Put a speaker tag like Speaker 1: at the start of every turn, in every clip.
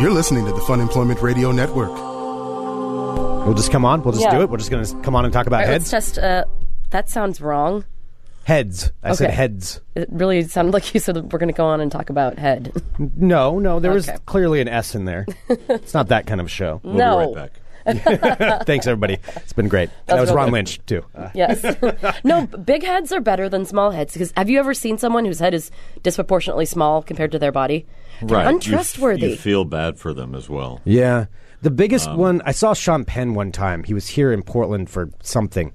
Speaker 1: You're listening to the Fun Employment Radio Network.
Speaker 2: We'll just come on. We'll just
Speaker 3: Yeah.
Speaker 2: do it. We're just going to come on and talk about
Speaker 3: All right,
Speaker 2: heads.
Speaker 3: let's test. Uh, that sounds wrong.
Speaker 2: heads. I said
Speaker 3: Okay.
Speaker 2: heads.
Speaker 3: It really sounded like you said that we're going to go on and talk about head.
Speaker 2: No, no, there was
Speaker 3: Okay.
Speaker 2: clearly an S in there. it's not that kind of show.
Speaker 4: We'll
Speaker 3: no.
Speaker 4: be right back.
Speaker 2: Thanks, everybody. It's been great. that was
Speaker 3: real
Speaker 2: Ron
Speaker 3: good.
Speaker 2: Lynch, too. Uh,
Speaker 3: Yes. no, b- big heads are better than small heads because have you ever seen someone whose head is disproportionately small compared to their body? They're
Speaker 4: Right. You f-
Speaker 3: Untrustworthy.
Speaker 4: You, feel bad for them as well.
Speaker 2: yeah. The biggest
Speaker 4: Um,
Speaker 2: one, I saw Sean Penn one time. He was here in Portland for something.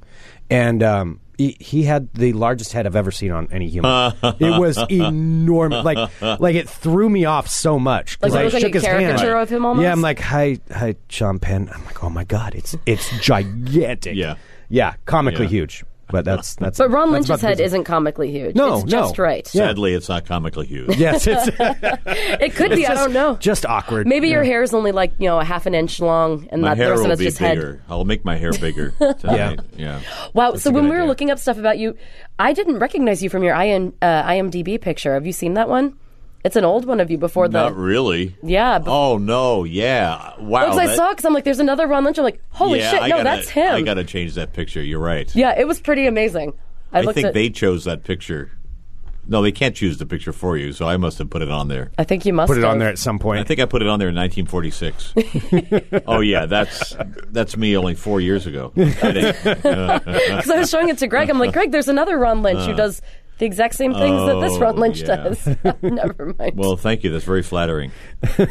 Speaker 2: And um, he, he had the largest head I've ever seen on any human. it was enormous. Like, like it threw me off so much. 'cause
Speaker 3: Like it
Speaker 2: I
Speaker 3: looked like
Speaker 2: shook
Speaker 3: a
Speaker 2: his hand.
Speaker 3: caricature of him almost?
Speaker 2: Yeah, I'm like, hi, hi, Sean Penn. I'm like, oh my God, it's it's gigantic.
Speaker 4: Yeah.
Speaker 2: Yeah, comically
Speaker 4: Yeah.
Speaker 2: huge. But that's that's.
Speaker 3: but Ron
Speaker 2: that's
Speaker 3: Lynch's
Speaker 2: about the
Speaker 3: head
Speaker 2: business.
Speaker 3: isn't comically huge.
Speaker 2: No,
Speaker 3: it's
Speaker 2: no.
Speaker 3: just right.
Speaker 2: Yeah.
Speaker 4: Sadly, it's not comically huge.
Speaker 2: Yes, it's
Speaker 3: It could be. I don't know.
Speaker 2: just awkward.
Speaker 3: Maybe your hair is only like you know a half an inch long, and
Speaker 4: My
Speaker 3: that the
Speaker 4: hair
Speaker 3: rest of
Speaker 4: will
Speaker 3: it's
Speaker 4: be
Speaker 3: just
Speaker 4: bigger.
Speaker 3: head.
Speaker 4: I'll make my hair bigger. tonight. yeah.
Speaker 3: Wow. so
Speaker 4: a
Speaker 3: when
Speaker 4: good
Speaker 3: we were
Speaker 4: idea.
Speaker 3: looking up stuff about you, I didn't recognize you from your IN, uh, IMDb picture. Have you seen that one? It's an old one of you before the.
Speaker 4: Not really.
Speaker 3: Yeah, but-
Speaker 4: oh no. Yeah. Wow.
Speaker 3: Because I
Speaker 4: that-
Speaker 3: saw because I'm like, there's another Ron Lynch. I'm like, holy
Speaker 4: yeah,
Speaker 3: shit,
Speaker 4: I
Speaker 3: no,
Speaker 4: gotta,
Speaker 3: that's him.
Speaker 4: I gotta change that picture. You're right.
Speaker 3: yeah, it was pretty amazing. I,
Speaker 4: I
Speaker 3: looked
Speaker 4: think
Speaker 3: at,
Speaker 4: they chose that picture. No, they can't choose the picture for you, so I must have put it on there.
Speaker 3: I think you must
Speaker 2: put it on
Speaker 3: have.
Speaker 2: there at some
Speaker 4: I
Speaker 2: point.
Speaker 4: think I put it on there in 1946. oh yeah, that's that's me only four years ago. Kidding.
Speaker 3: Because I was showing it to Greg. I'm like, Greg, there's another Ron Lynch who does the exact same things that this Ron
Speaker 4: Uh, Oh,
Speaker 3: Lynch
Speaker 4: yeah.
Speaker 3: does. Never mind.
Speaker 4: well, thank you. That's very flattering.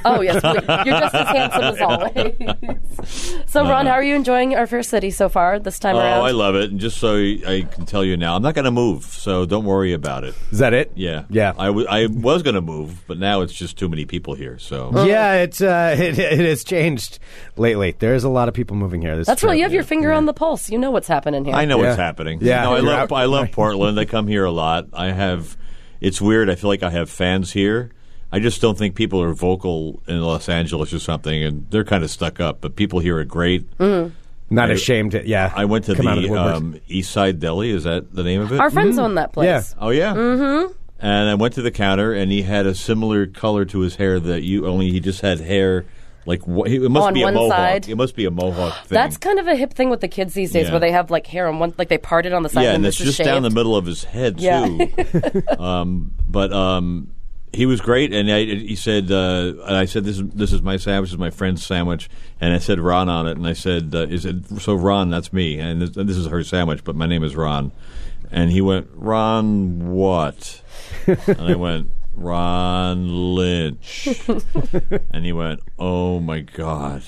Speaker 3: oh, yes. we- You're just as handsome as always. so, Ron, how are you enjoying our first city so far this time
Speaker 4: Oh,
Speaker 3: around?
Speaker 4: I love it. And just so I can tell you now, I'm not going to move, so don't worry about it.
Speaker 2: Is that it?
Speaker 4: Yeah,
Speaker 2: yeah,
Speaker 4: I, w- I was going to move, but now it's just too many people here. So
Speaker 2: yeah. It's uh, it, it has changed lately. There's a lot of people moving here. That's
Speaker 3: That's
Speaker 2: true.
Speaker 3: right. You have your finger on the pulse. You know what's happening here.
Speaker 4: I know what's
Speaker 2: Yeah.
Speaker 4: happening.
Speaker 2: Yeah.
Speaker 4: no, I
Speaker 2: You're out-
Speaker 4: love I love Portland. I come here a lot. I have. It's weird. I feel like I have fans here. I just don't think people are vocal in Los Angeles or something, and they're kind of stuck up. But people here are great.
Speaker 2: not
Speaker 4: I-
Speaker 2: ashamed. to- yeah,
Speaker 4: I went to
Speaker 2: Mm. come out of
Speaker 4: the,
Speaker 2: woodwork.
Speaker 4: um, East Side Deli. Is that the name of it?
Speaker 3: Our friends own that place.
Speaker 2: Yeah.
Speaker 4: oh yeah. Mm-hmm. And I went to the counter, and he had a similar color to his hair that you only he just had hair like wh- it must
Speaker 3: On
Speaker 4: be a
Speaker 3: one
Speaker 4: mohawk.
Speaker 3: side.
Speaker 4: It must be a mohawk thing.
Speaker 3: That's kind of a hip thing with the kids these days
Speaker 4: Yeah.
Speaker 3: where they have like hair on one, like they part it on the side
Speaker 4: yeah,
Speaker 3: and,
Speaker 4: and
Speaker 3: then
Speaker 4: it's
Speaker 3: this
Speaker 4: just
Speaker 3: is shaved.
Speaker 4: down the middle of his head
Speaker 3: Yeah.
Speaker 4: too. um, but um, he was great, and I, he said, uh, and I said, "This is this is my sandwich, this is my friend's sandwich," and I said Ron on it, and I said, uh, "Is it so Ron? That's me, and this, this is her sandwich, but my name is Ron," and he went, "Ron what?" and I went. Ron Lynch. and he went, Oh my God.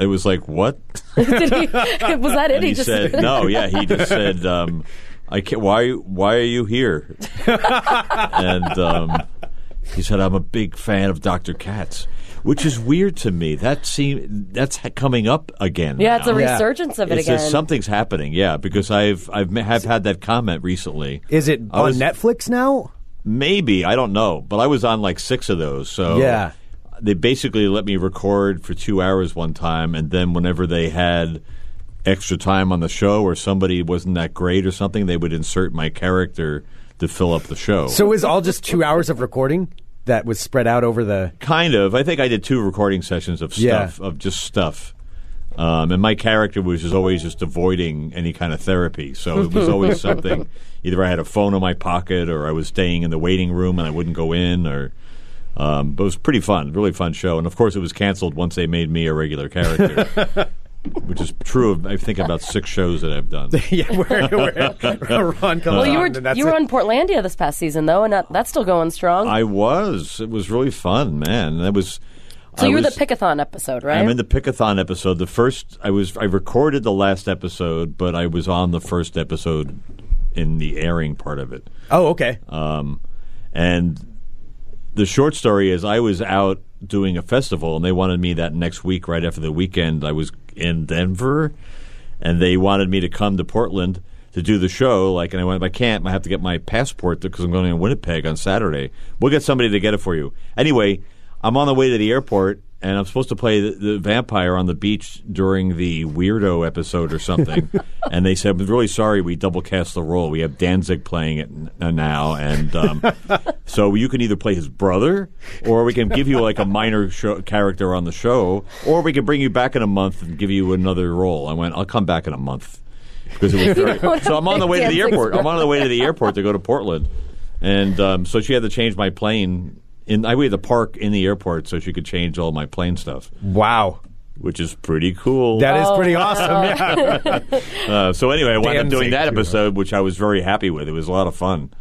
Speaker 4: It was like, What?
Speaker 3: was that it?
Speaker 4: And he
Speaker 3: just
Speaker 4: said, "No, yeah." He just said, um, "I can't. Why? Why are you here?" and um, he said, "I'm a big fan of Dr. Katz," which is weird to me. That seem that's ha- coming up again.
Speaker 3: yeah, it's a
Speaker 4: now.
Speaker 2: Yeah.
Speaker 3: resurgence of it
Speaker 4: It's
Speaker 3: again.
Speaker 4: just something's happening. Yeah, because I've I've ma- have had that comment recently.
Speaker 2: Is it
Speaker 4: I
Speaker 2: on
Speaker 4: was-
Speaker 2: Netflix now?
Speaker 4: Maybe I don't know, but I was on like six of those. So
Speaker 2: Yeah.
Speaker 4: they basically let me record for two hours one time, and then whenever they had extra time on the show or somebody wasn't that great or something, they would insert my character to fill up the show.
Speaker 2: So it was all just two hours of recording that was spread out over the.
Speaker 4: kind of, I think I did two recording sessions of
Speaker 2: Yeah.
Speaker 4: stuff of just stuff. Um, and my character was just always just avoiding any kind of therapy. So it was always something. Either I had a phone in my pocket, or I was staying in the waiting room and I wouldn't go in, or Um, but it was pretty fun, really fun show. And of course, it was canceled once they made me a regular character, which is true of I think about six shows that I've done.
Speaker 2: Yeah, where, where, where Ron comes
Speaker 3: well, you
Speaker 2: on,
Speaker 3: were
Speaker 2: and that's
Speaker 3: you were
Speaker 2: it.
Speaker 3: on Portlandia this past season though, and that, that's still going strong.
Speaker 4: I was. It was really fun, man. That was.
Speaker 3: so
Speaker 4: I
Speaker 3: you were the
Speaker 4: was-
Speaker 3: pickathon episode, right?
Speaker 4: I'm in the pickathon episode. The first I was I recorded the last episode, but I was on the first episode in the airing part of it.
Speaker 2: Oh, okay.
Speaker 4: And the short story is I was out doing a festival and they wanted me that next week right after the weekend I was in Denver and they wanted me to come to Portland to do the show like and I went I can't I have to get my passport because I'm going to Winnipeg on Saturday. We'll get somebody to get it for you. Anyway, I'm on the way to the airport and I'm supposed to play the, the vampire on the beach during the weirdo episode or something. and they said, "We're really sorry, we double cast the role. We have Danzig playing it n- uh, now, and um, so you can either play his brother, or we can give you like a minor show, character on the show, or we can bring you back in a month and give you another role." I went, "I'll come back in a month." Because it was very,
Speaker 3: don't
Speaker 4: so I'm on the
Speaker 3: think
Speaker 4: way to the
Speaker 3: Danzig's
Speaker 4: airport. I'm on the way to the airport to go to Portland, and um, so she had to change my plane. In I we had to park in the airport so she could change all my plane stuff,
Speaker 2: Wow.
Speaker 4: which is pretty cool.
Speaker 2: that
Speaker 3: Oh.
Speaker 2: is pretty awesome. Yeah.
Speaker 4: uh, so anyway, I wound up
Speaker 2: Danzig
Speaker 4: doing that
Speaker 2: too,
Speaker 4: episode, which I was very happy with. It was a lot of fun,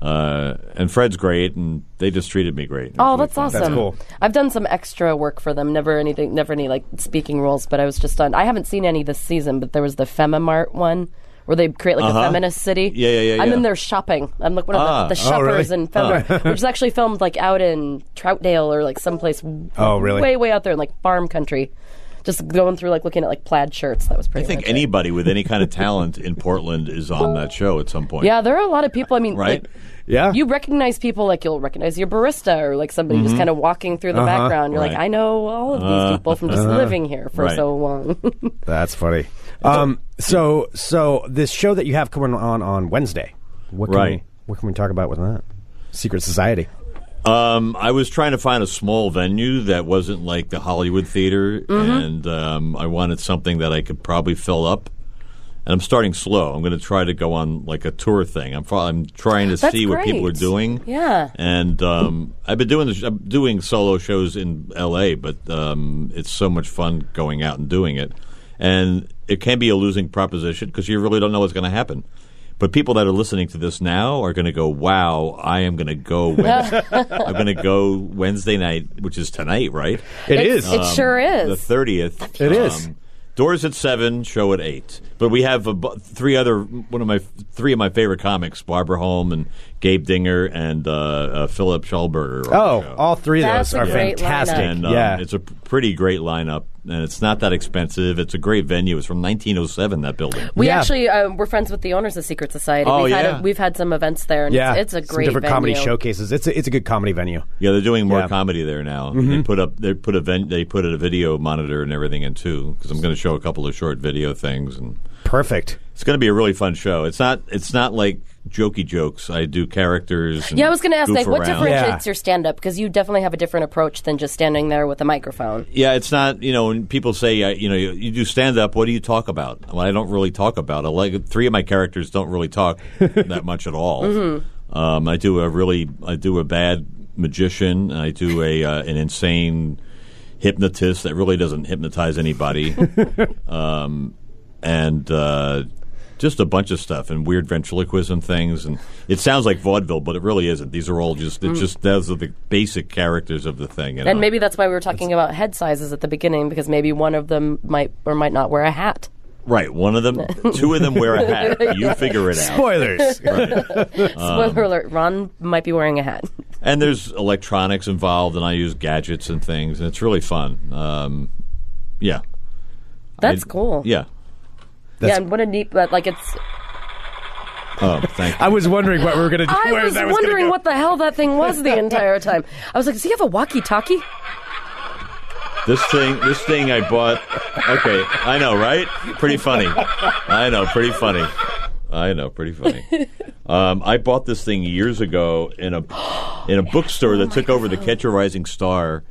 Speaker 4: uh, and Fred's great, and they just treated me great. It was
Speaker 3: Oh,
Speaker 4: really
Speaker 3: that's
Speaker 4: fun.
Speaker 3: awesome.
Speaker 2: cool.
Speaker 3: I've done some extra work for them. Never anything, never any like speaking roles, but I was just on. I haven't seen any this season, but there was the Femimart one where they create like a feminist city.
Speaker 4: Uh-huh. Yeah, yeah, yeah,
Speaker 3: I'm in
Speaker 4: yeah.
Speaker 3: there shopping. I'm like one of
Speaker 4: Ah.
Speaker 3: the, the
Speaker 4: Oh,
Speaker 3: shoppers
Speaker 2: really?
Speaker 3: in Femimart, which is actually filmed like out in Troutdale or like someplace.
Speaker 2: Oh, really?
Speaker 3: Way, way out there in like farm country. Just going through like looking at like plaid shirts. That was
Speaker 4: I
Speaker 3: pretty.
Speaker 4: think
Speaker 3: much it.
Speaker 4: anybody with any kind of talent in Portland is on that show at some point.
Speaker 3: Yeah, there are a lot of people. I mean,
Speaker 4: Right?
Speaker 3: like,
Speaker 2: yeah.
Speaker 3: you recognize people like you'll recognize your barista or like somebody just kind of walking through the background. You're like,
Speaker 4: Mm-hmm.
Speaker 3: I know
Speaker 4: Uh-huh. Right. Uh-huh.
Speaker 3: all of these people from just living here for
Speaker 4: Right.
Speaker 3: so long.
Speaker 2: That's funny. Um, so so this show that you have coming on on Wednesday. What can
Speaker 4: Right.
Speaker 2: We, what can we talk about with that? Secret Society.
Speaker 4: Um, I was trying to find a small venue that wasn't like the Hollywood Theater,
Speaker 3: Mm-hmm.
Speaker 4: and um, I wanted something that I could probably fill up. And I'm starting slow. I'm going to try to go on like a tour thing. I'm fo- I'm trying to
Speaker 3: That's
Speaker 4: see what people are
Speaker 3: great.
Speaker 4: doing.
Speaker 3: Yeah.
Speaker 4: And um, I've been doing this, I'm doing solo shows in L.A., but um, it's so much fun going out and doing it. And it can be a losing proposition because you really don't know what's going to happen. But people that are listening to this now are going to go, "Wow, I am going to go. Wednesday. I'm going to go Wednesday night, which is tonight, right?
Speaker 2: it
Speaker 3: It's-
Speaker 2: is.
Speaker 3: It sure is.
Speaker 4: Um, the thirtieth. um,
Speaker 2: It is.
Speaker 4: Doors at seven, show at eight. But we have a, bu- three other one of my three of my favorite comics: Barbara Holm and Gabe Dinger and uh, uh, Philip Schallberger. are on
Speaker 2: oh,
Speaker 4: the show.
Speaker 2: all three of
Speaker 3: That's
Speaker 2: those
Speaker 3: a
Speaker 2: are
Speaker 3: great
Speaker 2: fantastic.
Speaker 3: lineup.
Speaker 4: and um,
Speaker 2: yeah.
Speaker 4: it's a p- pretty great lineup, and it's not that expensive. It's a great venue. It's from 1907. That building.
Speaker 3: We
Speaker 2: Yeah.
Speaker 3: actually uh, we're friends with the owners of Secret Society.
Speaker 4: Oh,
Speaker 3: we've, had
Speaker 4: yeah.
Speaker 3: a, we've had some events there, and
Speaker 2: yeah.
Speaker 3: it's, it's a
Speaker 2: Some
Speaker 3: great
Speaker 2: different comedy
Speaker 3: venue.
Speaker 2: showcases. It's a, it's a good comedy venue.
Speaker 4: Yeah, they're doing more
Speaker 2: Yeah. Mm-hmm.
Speaker 4: comedy there now. They put up they put a ven- they put a video monitor and everything in too because I'm going to show a couple of short video things and
Speaker 2: Perfect.
Speaker 4: it's going to be a really fun show. It's not it's not like jokey jokes. I do characters. And
Speaker 3: Yeah, I was going to ask,
Speaker 4: goof
Speaker 3: like, what
Speaker 4: around.
Speaker 2: Yeah.
Speaker 3: differentiates your stand up? Because you definitely have a different approach than just standing there with a microphone.
Speaker 4: Yeah, it's not. You know, when people say uh, you know you, you do stand up, what do you talk about? Well, I don't really talk about. it. Like three of my characters don't really talk that much at all. Um, I do a really I do a bad magician. I do a uh, an insane hypnotist that really doesn't hypnotize anybody, um, and uh, just a bunch of stuff and weird ventriloquism things. And it sounds like vaudeville, but it really isn't. These are all just it's just those are the basic characters of the thing. you
Speaker 3: And
Speaker 4: know?
Speaker 3: maybe that's why we were talking about head sizes at the beginning, because maybe one of them might or might not wear a hat.
Speaker 4: Right. One of them, two of them wear a hat. You figure it out.
Speaker 2: Spoilers.
Speaker 3: Spoiler
Speaker 4: Um,
Speaker 3: alert: Ron might be wearing a hat.
Speaker 4: And there's electronics involved, and I use gadgets and things, and it's really fun. Um, yeah.
Speaker 3: That's
Speaker 4: I-
Speaker 3: cool.
Speaker 4: Yeah.
Speaker 3: yeah, and what a neat, but like it's
Speaker 4: Oh, thank
Speaker 2: I
Speaker 4: you.
Speaker 2: was wondering what we were going to do.
Speaker 3: I
Speaker 2: where
Speaker 3: was,
Speaker 2: that gonna
Speaker 3: wondering
Speaker 2: go.
Speaker 3: what the hell that thing was the entire time. I was like, does he have a walkie-talkie?
Speaker 4: This thing, this thing I bought. Okay, I know, right? Pretty funny. I know, pretty funny. I know, pretty funny. Um, I bought this thing years ago in a in a bookstore that took over the Catch a Rising Star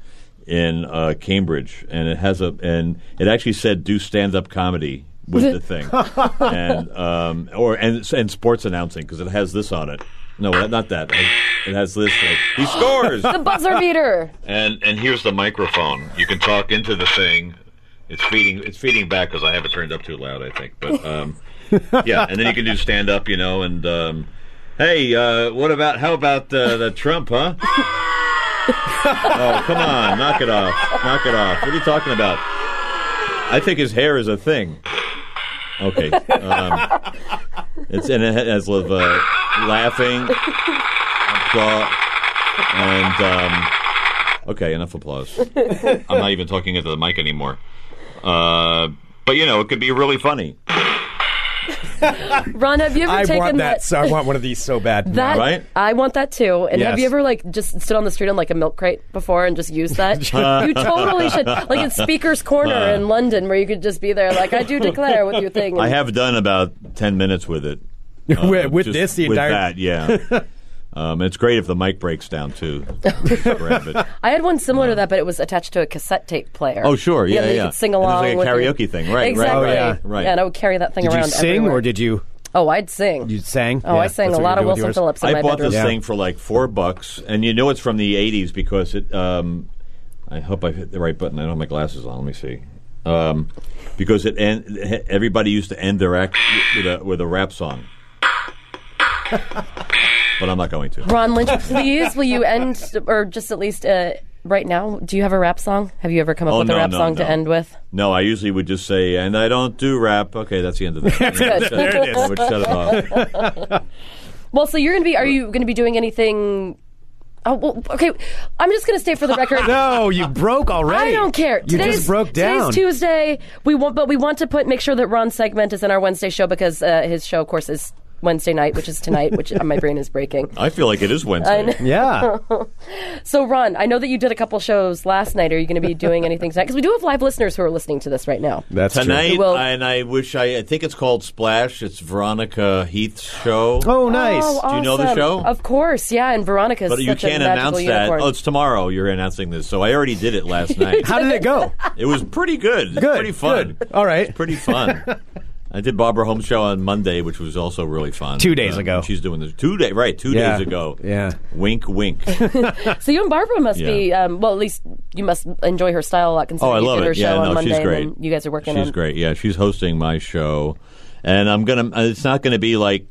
Speaker 4: in uh, Cambridge, and it has a and it actually said do stand up comedy with the thing, and um, or and and sports announcing because it has this on it. No, not that. It has this. Like, he scores.
Speaker 3: The buzzer beater.
Speaker 4: And and here's the microphone. You can talk into the thing. It's feeding. It's feeding back because I have it turned up too loud. I think, but um, yeah. And then you can do stand up, you know. And um, hey, uh, what about how about uh, the Trump, huh? oh, come on, knock it off, knock it off. What are you talking about? I think his hair is a thing. Okay. Um, it's and it has of uh, laughing, applause, and um, okay, enough applause. I'm not even talking into the mic anymore. Uh, but you know, it could be really funny.
Speaker 3: Ron, have you ever
Speaker 2: I
Speaker 3: taken
Speaker 2: want that. So I want one of these so bad.
Speaker 3: That
Speaker 4: Right?
Speaker 3: I want that too. And have
Speaker 4: Yes.
Speaker 3: you ever like just stood on the street on like a milk crate before and just used that? you totally should. Like in Speaker's Corner in London, where you could just be there, like I do declare with your thing.
Speaker 4: I have done about ten minutes with it.
Speaker 2: Now.
Speaker 4: Um,
Speaker 2: with, with
Speaker 4: Oh,
Speaker 2: this,
Speaker 4: Just
Speaker 2: the
Speaker 4: with
Speaker 2: entire
Speaker 4: that, yeah. um, it's great if the mic breaks down too. Grab it.
Speaker 3: I had one similar to that, but it was attached to a cassette tape player.
Speaker 4: Oh, sure. Yeah,
Speaker 3: that you
Speaker 4: yeah.
Speaker 3: could sing
Speaker 4: And it was
Speaker 3: along.
Speaker 4: like a
Speaker 3: with your-
Speaker 4: karaoke thing. Right, right,
Speaker 3: Exactly.
Speaker 2: right, yeah.
Speaker 4: right.
Speaker 3: Yeah, and I would carry that thing
Speaker 2: Did you
Speaker 3: around.
Speaker 2: sing
Speaker 3: everywhere.
Speaker 2: or did you
Speaker 3: Oh, I'd sing.
Speaker 2: you sang?
Speaker 3: Oh, I sang a lot of Wilson Phillips in
Speaker 4: I
Speaker 3: my
Speaker 4: bought
Speaker 3: bedroom.
Speaker 4: this
Speaker 2: Yeah.
Speaker 4: thing for like four bucks, and you know it's from the '80s because it. Um, I hope I hit the right button. I don't have my glasses on. Let me see. Um, because it end, everybody used to end their act with a, with a rap song, but I'm not going to.
Speaker 3: Ron Lynch, please, will you end or just at least uh, right now? Do you have a rap song? Have you ever come up
Speaker 4: Oh,
Speaker 3: with
Speaker 4: no,
Speaker 3: a rap
Speaker 4: no,
Speaker 3: song
Speaker 4: no.
Speaker 3: to end with?
Speaker 4: No, I usually would just say, "And I don't do rap." Okay, that's the end of that. there it is. I would shut it off.
Speaker 3: Well, so you're going to be. Are you going to be doing anything? Oh, well, okay. I'm just going to stay for the record.
Speaker 2: No, you broke already.
Speaker 3: I don't care.
Speaker 2: You
Speaker 3: Today's,
Speaker 2: just broke down.
Speaker 3: Today's Tuesday. We want, but we want to put make sure that Ron's segment is in our Wednesday show because uh, his show, of course, is Wednesday night, which is tonight. which uh, my brain is breaking.
Speaker 4: I feel like it is Wednesday.
Speaker 2: yeah.
Speaker 3: So, Ron, I know that you did a couple shows last night. Are you going to be doing anything tonight? Because we do have live listeners who are listening to this right now.
Speaker 2: That's true.
Speaker 4: Tonight,
Speaker 3: Well-
Speaker 4: and I wish I, I think it's called Splash. It's Veronica Heath's show.
Speaker 2: Oh, nice.
Speaker 3: Oh,
Speaker 4: Do you know the
Speaker 3: awesome.
Speaker 4: show?
Speaker 3: Of course, yeah. And Veronica's
Speaker 4: But
Speaker 3: such
Speaker 4: you
Speaker 3: a
Speaker 4: can't
Speaker 3: magical
Speaker 4: announce that.
Speaker 3: unicorn.
Speaker 4: Oh, it's tomorrow. You're announcing this. So I already did it last night.
Speaker 2: How did it go?
Speaker 4: it was pretty good. It's
Speaker 2: Good.
Speaker 4: Pretty fun.
Speaker 2: Good. All right.
Speaker 4: It's pretty fun. I did Barbara Holmes show on Monday, which was also really fun.
Speaker 2: Two days ago.
Speaker 4: She's doing this two day right, two
Speaker 2: Yeah.
Speaker 4: days ago.
Speaker 2: Yeah.
Speaker 4: Wink, wink.
Speaker 3: So you and Barbara must be
Speaker 4: Yeah.
Speaker 3: um, well. At least you must enjoy her style a lot. Considering
Speaker 4: Oh, I
Speaker 3: you
Speaker 4: love
Speaker 3: did her
Speaker 4: it.
Speaker 3: show
Speaker 4: Yeah,
Speaker 3: on
Speaker 4: no,
Speaker 3: Monday,
Speaker 4: she's
Speaker 3: and
Speaker 4: great.
Speaker 3: then you guys are working
Speaker 4: She's
Speaker 3: on.
Speaker 4: great. Yeah, she's hosting my show, and I'm gonna. uh, It's not gonna be like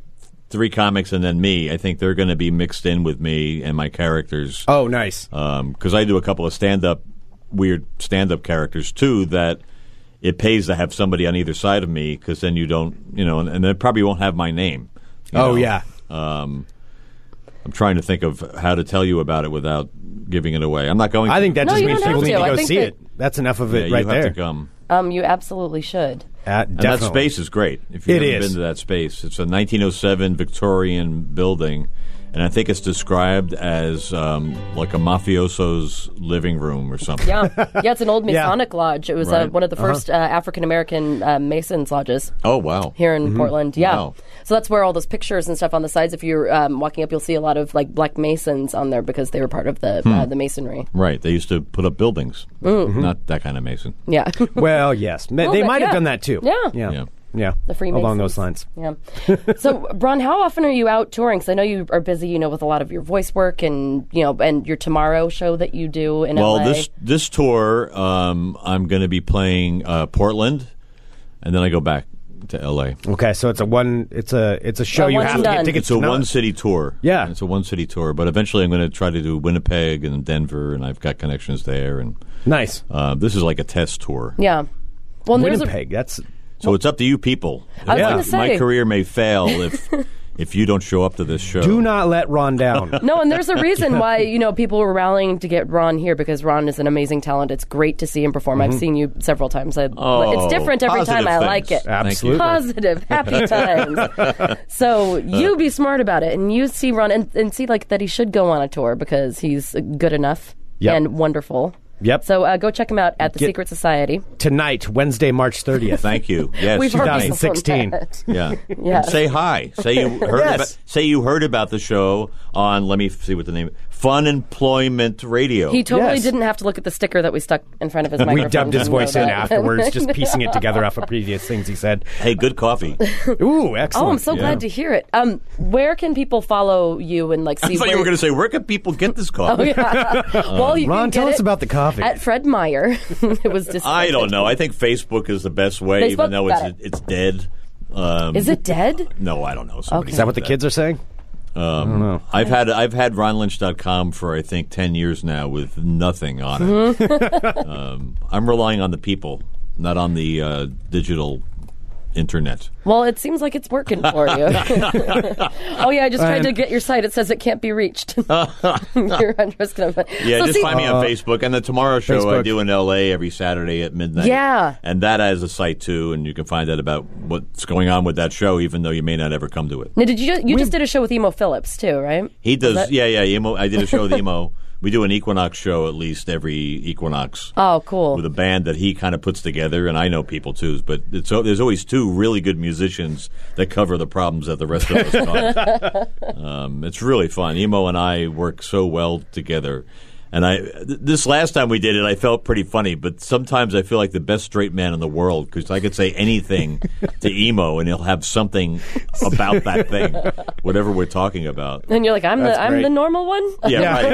Speaker 4: three comics and then me. I think they're gonna be mixed in with me and my characters.
Speaker 2: Oh, nice.
Speaker 4: because Um, I do a couple of stand up, weird stand up characters too. That it pays to have somebody on either side of me because then you don't, you know, and, and they probably won't have my name. you
Speaker 2: oh,
Speaker 4: know.
Speaker 2: yeah.
Speaker 4: I'm trying to think of how to tell you about it without giving it away. I'm not going.
Speaker 2: I
Speaker 4: to.
Speaker 2: think that
Speaker 3: No,
Speaker 2: just
Speaker 3: you
Speaker 2: means
Speaker 3: don't
Speaker 2: people
Speaker 3: have
Speaker 2: need to
Speaker 3: to. I
Speaker 2: go
Speaker 3: think
Speaker 2: see
Speaker 3: that-
Speaker 2: it. That's enough of it
Speaker 4: Yeah,
Speaker 2: right
Speaker 4: you have
Speaker 2: there.
Speaker 4: to come.
Speaker 3: Um, you absolutely should.
Speaker 2: Uh,
Speaker 4: And
Speaker 2: definitely.
Speaker 4: that space is great. If you've
Speaker 2: It
Speaker 4: ever
Speaker 2: is.
Speaker 4: been to that space, it's a 1907 Victorian building, and I think it's described as um, like a mafioso's living room or something.
Speaker 3: Yeah, yeah. It's an old Masonic lodge. It was uh,
Speaker 4: Right. Uh-huh.
Speaker 3: one of the 1st uh African American uh, Masons lodges
Speaker 4: Oh wow.
Speaker 3: here in Portland. Yeah.
Speaker 4: Wow.
Speaker 3: So that's where all those pictures and stuff on the sides. If you're um, walking up, you'll see a lot of like black Masons on there because they were part of the
Speaker 4: Hmm.
Speaker 3: uh, the Masonry.
Speaker 4: Right. They used to put up buildings. Mm-hmm. Not that kind of mason.
Speaker 3: Yeah.
Speaker 2: Well, yes. Ma- They
Speaker 3: bit,
Speaker 2: might have
Speaker 3: yeah.
Speaker 2: done that too.
Speaker 3: Yeah.
Speaker 2: Yeah.
Speaker 4: Yeah.
Speaker 2: Yeah.
Speaker 3: The
Speaker 2: Along
Speaker 3: Freemasons.
Speaker 2: those lines.
Speaker 3: Yeah. So, Bron, how often are you out touring? Because I know you are busy, you know, with a lot of your voice work and you know, and your tomorrow show that you do in
Speaker 4: Well,
Speaker 3: LA.
Speaker 4: this this tour, um, I'm going to be playing uh, Portland, and then I go back to L.A.
Speaker 2: Okay, so it's a one. It's a it's a show
Speaker 3: A
Speaker 2: you
Speaker 3: one
Speaker 2: have
Speaker 3: and
Speaker 2: to get
Speaker 3: done.
Speaker 2: tickets
Speaker 4: It's a
Speaker 2: to. not-
Speaker 4: one city tour.
Speaker 2: Yeah.
Speaker 4: it's a one city tour. But eventually, I'm going to try to do Winnipeg and Denver, and I've got connections there. And
Speaker 2: Nice.
Speaker 4: uh, this is like a test tour.
Speaker 3: yeah. Well, and there's a,
Speaker 2: Winnipeg. That's
Speaker 4: So it's up to you, people.
Speaker 3: I was
Speaker 4: My-
Speaker 3: gonna
Speaker 4: my
Speaker 3: say.
Speaker 4: career may fail if if you don't show up to this show.
Speaker 2: do not let Ron down.
Speaker 3: no, and there's a reason why you know people were rallying to get Ron here because Ron is an amazing talent. It's great to see him perform.
Speaker 2: Mm-hmm.
Speaker 3: I've seen you several times. I,
Speaker 4: Oh,
Speaker 3: it's different every time.
Speaker 4: positive
Speaker 3: I like
Speaker 4: things.
Speaker 3: it.
Speaker 4: Thank you.
Speaker 2: Absolutely. Uh.
Speaker 3: Positive, happy times. so you be smart about it, and you see Ron, and, and see like that he should go on a tour because he's good enough
Speaker 2: Yep.
Speaker 3: and wonderful.
Speaker 2: Yep.
Speaker 3: So uh, go check him out at the
Speaker 2: Get-
Speaker 3: Secret Society.
Speaker 2: Tonight, Wednesday, March thirtieth.
Speaker 4: Thank you. Yes,
Speaker 3: We've already
Speaker 4: thanks.
Speaker 2: 2016.
Speaker 3: done that.
Speaker 4: Yeah.
Speaker 3: Yes.
Speaker 4: And say hi. Say you heard
Speaker 2: Yes.
Speaker 4: about, say you heard about the show on let me see what the name Fun Employment Radio.
Speaker 3: He totally
Speaker 2: Yes.
Speaker 3: didn't have to look at the sticker that we stuck in front of his microphone.
Speaker 2: We dubbed his
Speaker 3: to know
Speaker 2: voice in
Speaker 3: that.
Speaker 2: afterwards, just piecing it together off of previous things he said.
Speaker 4: hey, good coffee.
Speaker 2: Ooh, excellent.
Speaker 3: Oh, I'm so glad to hear it. Um, where can people follow you and like see?
Speaker 4: I thought
Speaker 3: where,
Speaker 4: you were Uh, going to say where can people get this
Speaker 3: Oh,
Speaker 4: coffee?
Speaker 3: well, you
Speaker 2: Ron,
Speaker 3: can get
Speaker 2: tell us
Speaker 3: it
Speaker 2: about the coffee.
Speaker 3: at Fred Meyer. it was just.
Speaker 4: I don't know. I think Facebook is the best way, even
Speaker 3: Facebook?
Speaker 4: though
Speaker 3: Got
Speaker 4: it's it's dead. Um,
Speaker 3: Is it dead?
Speaker 4: No, I don't know.
Speaker 3: Okay.
Speaker 2: Is that what the kids are saying?
Speaker 4: Um, I've had I've had RonLynch.com for I think ten years now with nothing on it.
Speaker 3: Mm-hmm.
Speaker 4: um, I'm relying on the people, not on the uh, digital
Speaker 5: internet.
Speaker 3: Well, it seems like it's working for you. oh yeah, I just tried to get your site. It says it can't be reached. your address can
Speaker 4: Yeah,
Speaker 3: so
Speaker 4: just
Speaker 3: see,
Speaker 4: find me on Facebook and the Tomorrow Show I
Speaker 2: Facebook.
Speaker 4: do in L.A. every Saturday at midnight.
Speaker 3: Yeah.
Speaker 4: and that has a site too, and you can find out about what's going on with that show, even though you may not ever come to it.
Speaker 3: Now, did you just, you just did a show with Emo Phillips too, right?
Speaker 4: He does,
Speaker 3: that-
Speaker 4: yeah, yeah. Emo, I did a show with Emo. We do an Equinox show at least every Equinox
Speaker 3: Oh, cool.
Speaker 4: with a band that he kind of puts together, and I know people too. But it's so there's always two really good musicians that cover the problems that the rest of us cause. um, it's really fun. Emo and I work so well together. And I, th- this last time we did it, I felt pretty funny. But sometimes I feel like the best straight man in the world because I could say anything to emo, and he'll have something about that thing, whatever we're talking about.
Speaker 3: and you're like, I'm the I'm
Speaker 2: great.
Speaker 3: the normal one.
Speaker 4: Yeah, right,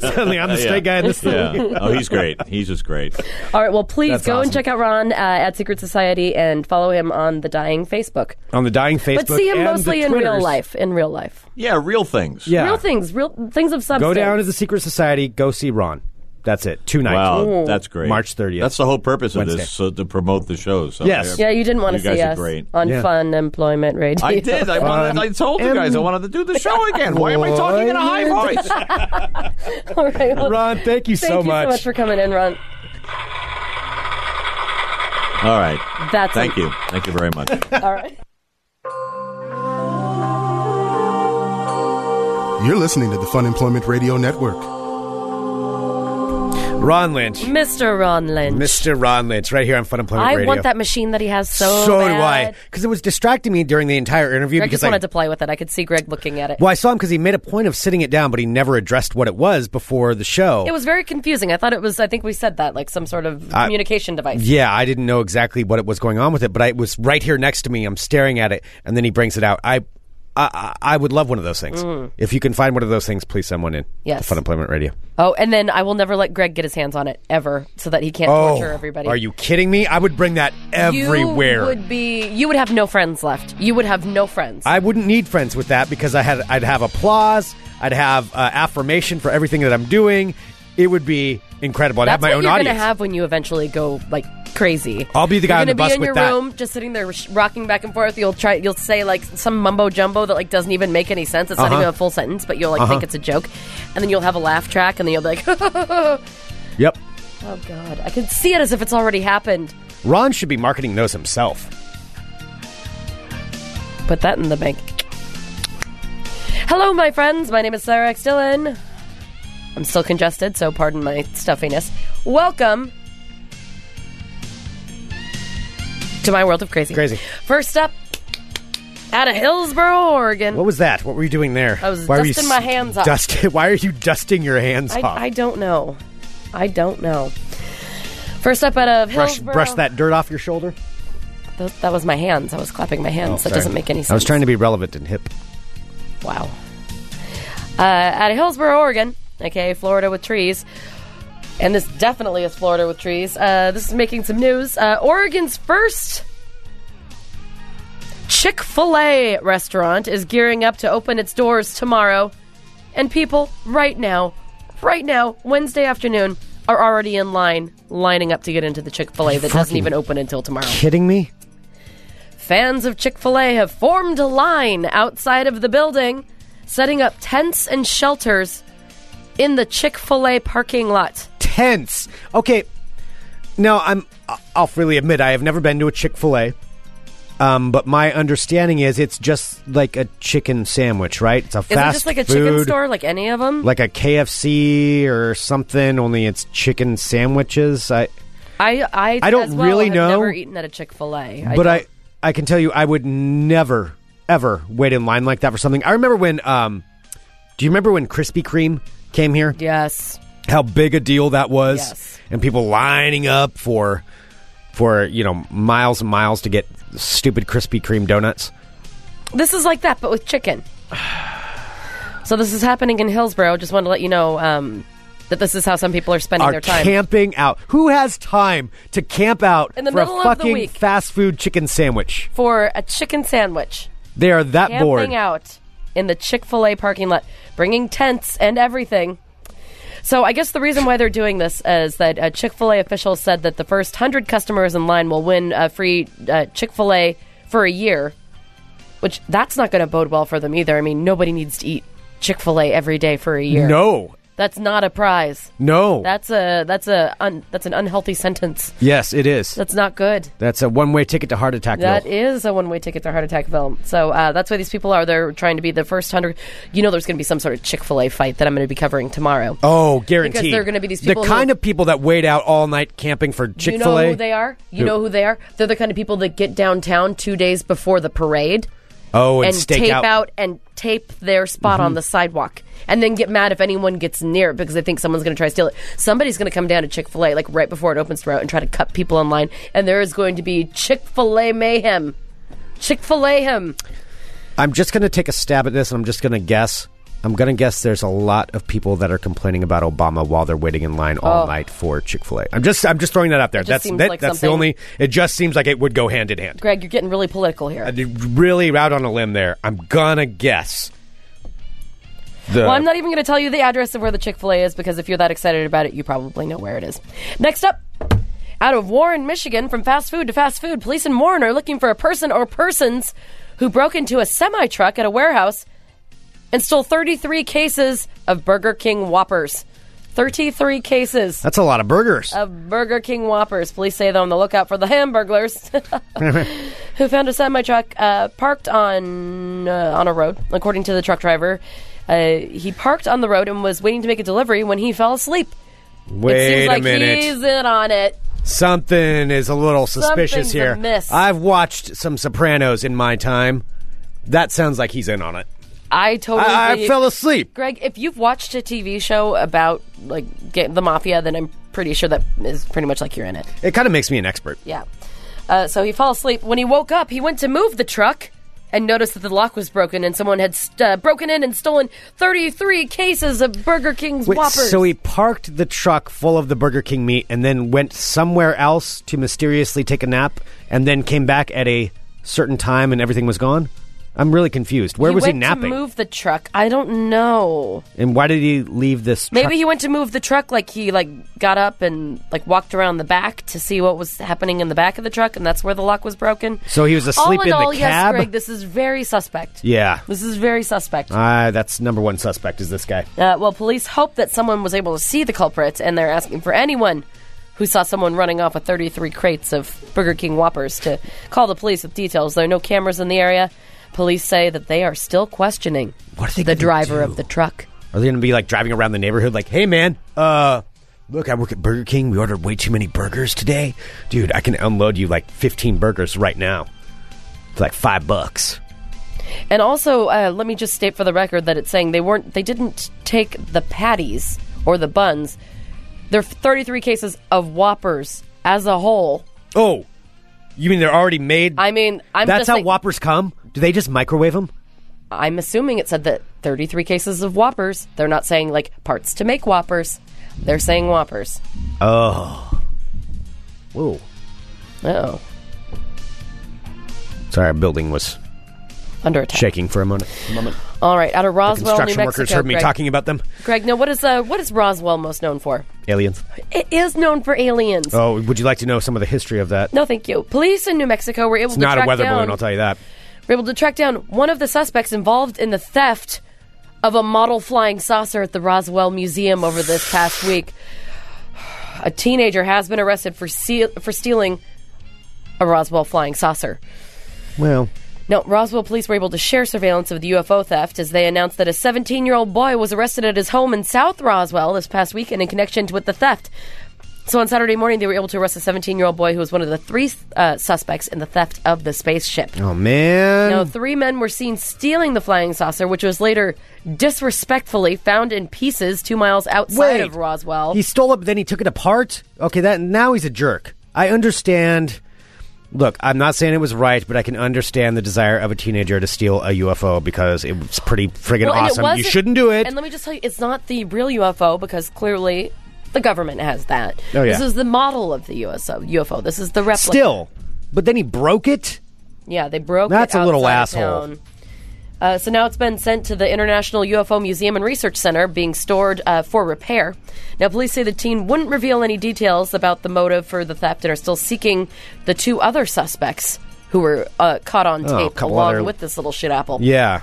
Speaker 2: Suddenly, I'm the
Speaker 4: Yeah.
Speaker 2: straight guy in this thing.
Speaker 4: Yeah. Oh, he's great. He's just great.
Speaker 3: All right. Well, please
Speaker 2: That's
Speaker 3: go
Speaker 2: awesome.
Speaker 3: and check out Ron uh, at Secret Society and follow him on the Dying Facebook.
Speaker 2: On the dying Facebook.
Speaker 3: But see him
Speaker 2: and the
Speaker 3: mostly in real
Speaker 2: Twitters.
Speaker 3: life. In real life,
Speaker 4: Yeah, real things.
Speaker 2: Yeah.
Speaker 3: real things, real things of substance.
Speaker 2: Go down to the Secret Society. Go see Ron. That's it. Two nights.
Speaker 4: Wow, that's great.
Speaker 2: March 30th.
Speaker 4: That's the whole purpose of
Speaker 2: Wednesday.
Speaker 4: this, so to promote the show. So
Speaker 2: Yes.
Speaker 3: Yeah, you didn't want
Speaker 4: You
Speaker 3: to
Speaker 4: guys
Speaker 3: see
Speaker 4: are
Speaker 3: us
Speaker 4: great.
Speaker 3: on
Speaker 2: Yeah.
Speaker 3: Fun Employment Radio.
Speaker 4: I did. I, wanted, I told you
Speaker 2: Um,
Speaker 4: guys I wanted to do the show again. Why am I talking in a high voice?
Speaker 3: All right. Well,
Speaker 2: Ron, thank you
Speaker 3: thank
Speaker 2: so
Speaker 3: you
Speaker 2: much.
Speaker 3: so much for coming in, Ron.
Speaker 4: All right.
Speaker 3: That's
Speaker 4: Thank you. Thank you very much.
Speaker 3: All right.
Speaker 1: You're listening to the Fun Employment Radio Network.
Speaker 2: Ron Lynch.
Speaker 3: Mr. Ron Lynch.
Speaker 2: Mr. Ron Lynch, right here on Fun Employment
Speaker 3: I
Speaker 2: Radio.
Speaker 3: want that machine that he has so
Speaker 2: so
Speaker 3: bad.
Speaker 2: do I. Because it was distracting me during the entire interview.
Speaker 3: Greg
Speaker 2: because
Speaker 3: just
Speaker 2: I,
Speaker 3: wanted to play with it. I could see Greg looking at it.
Speaker 2: well, I saw him because he made a point of sitting it down, but he never addressed what it was before the show.
Speaker 3: It was very confusing. I thought it was, I think we said that, like some sort of communication device.
Speaker 2: yeah, I didn't know exactly what it was going on with it, but I, it was right here next to me. I'm staring at it, and then he brings it out. I, I, I I would love one of those things.
Speaker 3: Mm.
Speaker 2: If you can find one of those things, please send one in.
Speaker 3: Yes.
Speaker 2: to Fun Employment Radio.
Speaker 3: Oh, and then I will never let Greg get his hands on it ever so that he can't torture everybody.
Speaker 2: Oh, are you kidding me? I would bring that everywhere.
Speaker 3: You would be, you would have no friends left. You would have no friends.
Speaker 2: I wouldn't need friends with that because I had I'd have applause, I'd have uh, affirmation for everything that I'm doing. It would be incredible. I'd
Speaker 3: That's
Speaker 2: have my
Speaker 3: what
Speaker 2: own
Speaker 3: you're
Speaker 2: audience.
Speaker 3: gonna have when you eventually go like crazy.
Speaker 2: I'll be the guy
Speaker 3: you're
Speaker 2: on the
Speaker 3: gonna
Speaker 2: bus
Speaker 3: be in
Speaker 2: with
Speaker 3: your
Speaker 2: that.
Speaker 3: room, just sitting there sh- rocking back and forth. You'll try. You'll say like some mumbo jumbo that like doesn't even make any sense. It's
Speaker 2: Uh-huh.
Speaker 3: not even a full sentence, but you'll like think it's a joke, and then you'll have a laugh track, and then you'll be like, "Oh
Speaker 2: yep.
Speaker 3: God, I can see it as if it's already happened."
Speaker 2: Ron should be marketing those himself.
Speaker 3: Put that in the bank. Hello, my friends. My name is Sarah X. Dillon. I'm still congested, so pardon my stuffiness. Welcome to my world of crazy.
Speaker 2: Crazy.
Speaker 3: First up, out of Hillsboro, Oregon.
Speaker 2: What was that? What were you doing there?
Speaker 3: I was
Speaker 2: were
Speaker 3: dusting
Speaker 2: s-
Speaker 3: my hands off.
Speaker 2: Dust, why are you dusting your hands
Speaker 3: I,
Speaker 2: off?
Speaker 3: I don't know. I don't know. First up out of
Speaker 2: brush,
Speaker 3: Hillsboro.
Speaker 2: brush that dirt off your shoulder.
Speaker 3: Th- that was my hands. I was clapping my hands.
Speaker 2: Oh,
Speaker 3: that
Speaker 2: sorry.
Speaker 3: doesn't make any sense.
Speaker 2: I was trying to be relevant and hip.
Speaker 3: Wow. Uh, out of Hillsboro, Oregon, aka Florida with trees. And this definitely is Florida with trees. Uh, this is making some news. Uh, Oregon's first Chick fil A restaurant is gearing up to open its doors tomorrow. And people, right now, right now, Wednesday afternoon, are already in line, lining up to get into the Chick fil A that doesn't
Speaker 2: Fucking
Speaker 3: even open until tomorrow.
Speaker 2: Kidding me?
Speaker 3: Fans of Chick fil A have formed a line outside of the building, setting up tents and shelters in the Chick fil A parking lot.
Speaker 2: Tense. Okay. Now I'm. I- I'll freely admit I have never been to a Chick Fil A. Um, but my understanding is it's just like a chicken sandwich, right? It's a
Speaker 3: Is
Speaker 2: fast
Speaker 3: it just like a
Speaker 2: food,
Speaker 3: chicken store, like any of them?
Speaker 2: like a KFC or something. Only it's chicken sandwiches. I,
Speaker 3: I, I,
Speaker 2: I don't
Speaker 3: as well
Speaker 2: really
Speaker 3: have
Speaker 2: know,
Speaker 3: never eaten at a Chick fil A.
Speaker 2: but I, I can tell you, I would never ever wait in line like that for something. I remember when. Um, do you remember when Krispy Kreme came here?
Speaker 3: Yes.
Speaker 2: how big a deal that was
Speaker 3: Yes.
Speaker 2: and people lining up for for you know miles and miles to get stupid krispy kreme donuts
Speaker 3: This is like that, but with chicken. So this is happening in Hillsboro. Just wanted to let you know um, that this is how some people are spending
Speaker 2: are
Speaker 3: their time.
Speaker 2: camping out who has time to camp out
Speaker 3: In the
Speaker 2: for
Speaker 3: middle
Speaker 2: a
Speaker 3: of the
Speaker 2: fucking
Speaker 3: week.
Speaker 2: fast food chicken sandwich
Speaker 3: for a chicken sandwich.
Speaker 2: they are that
Speaker 3: camping
Speaker 2: bored
Speaker 3: out in the Chick fil A parking lot, bringing tents and everything. So I guess the reason why they're doing this is that uh, Chick Fil A officials said that the first hundred customers in line will win a free uh, Chick Fil A for a year, which that's not going to bode well for them either. I mean, nobody needs to eat Chick Fil A every day for a year.
Speaker 2: No,
Speaker 3: that's not a prize.
Speaker 2: no.
Speaker 3: That's a that's a un, that's an unhealthy sentence.
Speaker 2: yes, it is.
Speaker 3: That's not good.
Speaker 2: That's a one way ticket to heart attack.
Speaker 3: That
Speaker 2: Bill.
Speaker 3: is a one way ticket to heart attack film. So uh, that's why these people are. They're trying to be the first hundred. You know, there's going to be some sort of Chick Fil A fight that I'm going to be covering tomorrow.
Speaker 2: Oh, guaranteed.
Speaker 3: Because there are gonna be these people
Speaker 2: The
Speaker 3: who-
Speaker 2: kind of people that wait out all night camping for Chick
Speaker 3: you know
Speaker 2: Fil
Speaker 3: who
Speaker 2: A.
Speaker 3: they are. You
Speaker 2: Who?
Speaker 3: know who they are. They're the kind of people that get downtown two days before the parade
Speaker 2: oh, and,
Speaker 3: and
Speaker 2: stake
Speaker 3: tape
Speaker 2: out. Mm-hmm.
Speaker 3: out. and tape their spot on the sidewalk, and then get mad if anyone gets near it because they think someone's going to try to steal it. Somebody's going to come down to Chick Fil A like right before it opens tomorrow and try to cut people in line, and there is going to be Chick Fil A mayhem. Chick Fil A him.
Speaker 2: I'm just going to take a stab at this, and I'm just going to guess. I'm going to guess there's a lot of people that are complaining about Obama while they're waiting in line all night for Chick Fil A. I'm just I'm just throwing that out there.
Speaker 3: Oh. just
Speaker 2: that's
Speaker 3: seems
Speaker 2: that,
Speaker 3: like
Speaker 2: that's the
Speaker 3: something-
Speaker 2: only. It just seems like it would go hand in hand.
Speaker 3: Greg, you're getting really political here.
Speaker 2: I did really out on a limb there. I'm gonna guess. The,
Speaker 3: Well, I'm not even going to tell you the address of where the Chick fil A is because if you're that excited about it, you probably know where it is. Next up, out of Warren, Michigan, from fast food to fast food, police in Warren are looking for a person or persons who broke into a semi truck at a warehouse and stole 33 cases of Burger King Whoppers. 33 cases
Speaker 2: that's a lot of burgers.
Speaker 3: of Burger King Whoppers. Police say they're on the lookout for the hamburglers who found a semi truck uh, parked on uh, on a road. According to the truck driver, uh, he parked on the road and was waiting to make a delivery when he fell asleep.
Speaker 2: Wait
Speaker 3: it seems
Speaker 2: a
Speaker 3: like
Speaker 2: minute.
Speaker 3: he's in on it.
Speaker 2: Something is a little suspicious
Speaker 3: Something's
Speaker 2: here.
Speaker 3: amiss.
Speaker 2: I've watched some Sopranos in my time. That sounds like he's in on it.
Speaker 3: I totally.
Speaker 2: I, I
Speaker 3: believe-
Speaker 2: fell asleep.
Speaker 3: Greg, if you've watched a TV show about like get the mafia, then I'm pretty sure that is pretty much like you're in it.
Speaker 2: It kind of makes me an expert.
Speaker 3: Yeah. Uh, so he fell asleep. When he woke up, he went to move the truck and noticed that the lock was broken and someone had st- uh, broken in and stolen 33 cases of Burger King's
Speaker 2: Wait,
Speaker 3: Whoppers.
Speaker 2: so he parked the truck full of the Burger King meat and then went somewhere else to mysteriously take a nap and then came back at a certain time and everything was gone? I'm really confused. Where was
Speaker 3: went
Speaker 2: he napping?
Speaker 3: To move the truck. I don't know.
Speaker 2: and why did he leave this
Speaker 3: Maybe
Speaker 2: truck?
Speaker 3: he went to move the truck like he like got up and like walked around the back to see what was happening in the back of the truck and that's where the lock was broken.
Speaker 2: So he was asleep
Speaker 3: all in,
Speaker 2: in the
Speaker 3: all,
Speaker 2: cab?
Speaker 3: Yes, Greg, this is very suspect.
Speaker 2: yeah.
Speaker 3: This is very suspect.
Speaker 2: Uh, that's number one suspect is this guy.
Speaker 3: Uh, well, police hope that someone was able to see the culprits, and they're asking for anyone who saw someone running off with 33 crates of Burger King Whoppers to call the police with details. There are no cameras in the area. Police say that they are still questioning
Speaker 2: What are they
Speaker 3: the
Speaker 2: gonna
Speaker 3: driver
Speaker 2: do?
Speaker 3: of the truck.
Speaker 2: Are they going to be like driving around the neighborhood like, hey, man, uh, look, I work at Burger King. We ordered way too many burgers today. Dude, I can unload you like 15 burgers right now for like five bucks.
Speaker 3: And also, uh, let me just state for the record that it's saying they weren't, they didn't take the patties or the buns. There are 33 cases of Whoppers as a whole.
Speaker 2: Oh, you mean they're already made?
Speaker 3: I mean, I'm
Speaker 2: That's
Speaker 3: just
Speaker 2: how
Speaker 3: like-
Speaker 2: Whoppers come? Do they just microwave them?
Speaker 3: I'm assuming it said that 33 cases of Whoppers. They're not saying like parts to make Whoppers. They're saying Whoppers.
Speaker 2: Oh. Whoa.
Speaker 3: Oh,
Speaker 2: Sorry, our building was
Speaker 3: under attack.
Speaker 2: shaking for a moment.
Speaker 3: All right, out of Roswell, New
Speaker 2: Construction
Speaker 3: Mexico.
Speaker 2: workers heard me
Speaker 3: Greg.
Speaker 2: talking about them.
Speaker 3: Greg, now what is uh, what is Roswell most known for?
Speaker 2: Aliens.
Speaker 3: It is known for aliens.
Speaker 2: Oh, would you like to know some of the history of that?
Speaker 3: No, thank you. Police in New Mexico were able
Speaker 2: It's
Speaker 3: to
Speaker 2: not a
Speaker 3: track
Speaker 2: weather
Speaker 3: down,
Speaker 2: balloon, I'll tell you that.
Speaker 3: were able to track down one of the suspects involved in the theft of a model flying saucer at the Roswell Museum over this past week. A teenager has been arrested for seal- for stealing a Roswell flying saucer.
Speaker 2: Well,
Speaker 3: No, Roswell police were able to share surveillance of the UFO theft as they announced that a 17 year old boy was arrested at his home in South Roswell this past weekend in connection with the theft. So on Saturday morning, they were able to arrest a 17 year old boy who was one of the three uh, suspects in the theft of the spaceship.
Speaker 2: oh man.
Speaker 3: Now, three men were seen stealing the flying saucer, which was later disrespectfully found in pieces two miles outside
Speaker 2: Wait.
Speaker 3: of Roswell.
Speaker 2: He stole it, but then he took it apart. Okay, that now he's a jerk. I understand. Look, I'm not saying it was right, but I can understand the desire of a teenager to steal a UFO because it was pretty friggin'
Speaker 3: Well, and it
Speaker 2: awesome. You
Speaker 3: wasn't-
Speaker 2: shouldn't do it.
Speaker 3: And let me just tell you, it's not the real UFO because clearly the government has that.
Speaker 2: Oh, yeah.
Speaker 3: This is the model of the USO, UFO. This is the replica.
Speaker 2: Still, but then he broke it.
Speaker 3: Yeah, they broke
Speaker 2: That's
Speaker 3: it
Speaker 2: a little
Speaker 3: outside
Speaker 2: asshole.
Speaker 3: town. Uh, so now it's been sent to the International UFO Museum and Research Center, being stored uh, for repair. Now, police say the teen wouldn't reveal any details about the motive for the theft and are still seeking the two other suspects who were uh, caught on
Speaker 2: Oh, a
Speaker 3: tape
Speaker 2: couple
Speaker 3: along
Speaker 2: other-
Speaker 3: with this little shit apple.
Speaker 2: Yeah.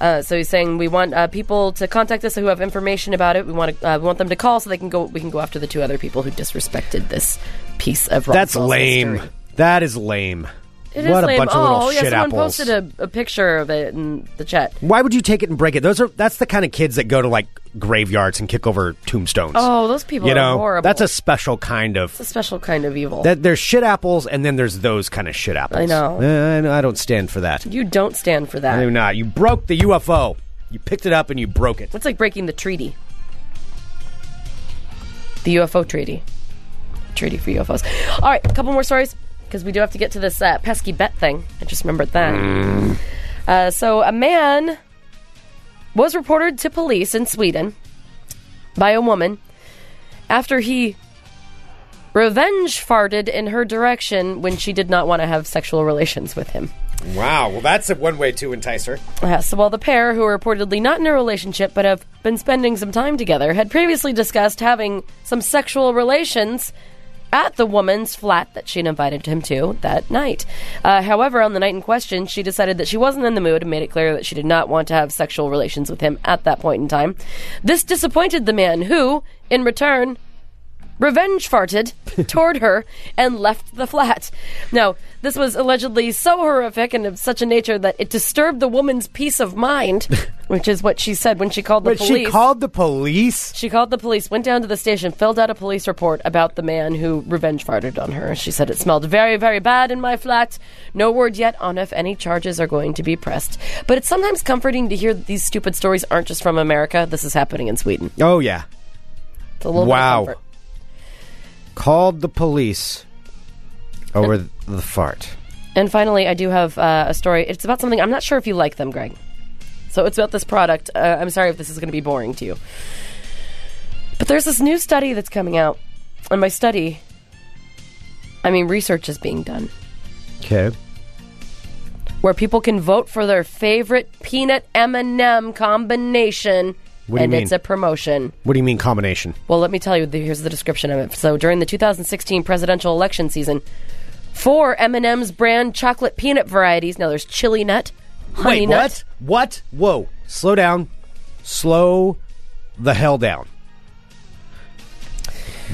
Speaker 3: Uh, so he's saying we want uh, people to contact us who have information about it. We want to, uh, we want them to call so they can go. We can go after the two other people who disrespected this piece of. rock
Speaker 2: That's
Speaker 3: salsa
Speaker 2: lame.
Speaker 3: history.
Speaker 2: That is lame.
Speaker 3: It is
Speaker 2: what
Speaker 3: lame.
Speaker 2: a bunch
Speaker 3: oh,
Speaker 2: of little
Speaker 3: yeah,
Speaker 2: shit
Speaker 3: someone
Speaker 2: apples.
Speaker 3: posted a, a picture of it in the chat.
Speaker 2: Why would you take it and break it? Those are that's the kind of kids that go to like graveyards and kick over tombstones.
Speaker 3: Oh, those people
Speaker 2: you
Speaker 3: are
Speaker 2: know,
Speaker 3: horrible.
Speaker 2: that's a special kind of
Speaker 3: It's a special kind of evil.
Speaker 2: that. There's shit apples, and then there's those kind of shit apples.
Speaker 3: I know.
Speaker 2: Eh, I, know, I don't stand for that.
Speaker 3: you don't stand for
Speaker 2: I do
Speaker 3: that.
Speaker 2: not. You broke the UFO. You picked it up and you broke it.
Speaker 3: It's like breaking the treaty, the UFO treaty, treaty for UFOs. All right, a couple more stories because we do have to get to this uh, pesky bet thing. I just remembered that. Uh, so a man was reported to police in Sweden by a woman after he revenge farted in her direction when she did not want to have sexual relations with him.
Speaker 2: Wow. Well, that's one way to entice her.
Speaker 3: Uh, so while the pair, who are reportedly not in a relationship but have been spending some time together, had previously discussed having some sexual relations at the woman's flat that she had invited him to that night. Uh, however, on the night in question, she decided that she wasn't in the mood and made it clear that she did not want to have sexual relations with him at that point in time. This disappointed the man, who, in return, revenge farted toward her and left the flat. Now, this was allegedly so horrific and of such a nature that it disturbed the woman's peace of mind, which is what she said when she called the
Speaker 2: But
Speaker 3: police.
Speaker 2: she called the police.
Speaker 3: She called the police, went down to the station, filled out a police report about the man who revenge farted on her. She said it smelled very, very bad in my flat. No word yet on if any charges are going to be pressed. But it's sometimes comforting to hear that these stupid stories aren't just from America. This is happening in Sweden.
Speaker 2: Oh yeah.
Speaker 3: It's a little bit of
Speaker 2: Wow.
Speaker 3: comfort.
Speaker 2: Called the police over th- the fart.
Speaker 3: And finally, I do have uh, a story. It's about something I'm not sure if you like them, Greg. So it's about this product. Uh, I'm sorry if this is going to be boring to you. But there's this new study that's coming out. And by study, I mean research is being done
Speaker 2: Okay.
Speaker 3: where people can vote for their favorite peanut M&M combination
Speaker 2: What do you
Speaker 3: and
Speaker 2: mean?
Speaker 3: it's a promotion.
Speaker 2: What do you mean combination?
Speaker 3: Well, let me tell you. the- Here's the description of it. So, during the 2016 presidential election season, four M&M's brand chocolate peanut varieties. Now, there's chili nut, honey
Speaker 2: Wait,
Speaker 3: nut.
Speaker 2: what? What? Whoa. Slow down. Slow the hell down.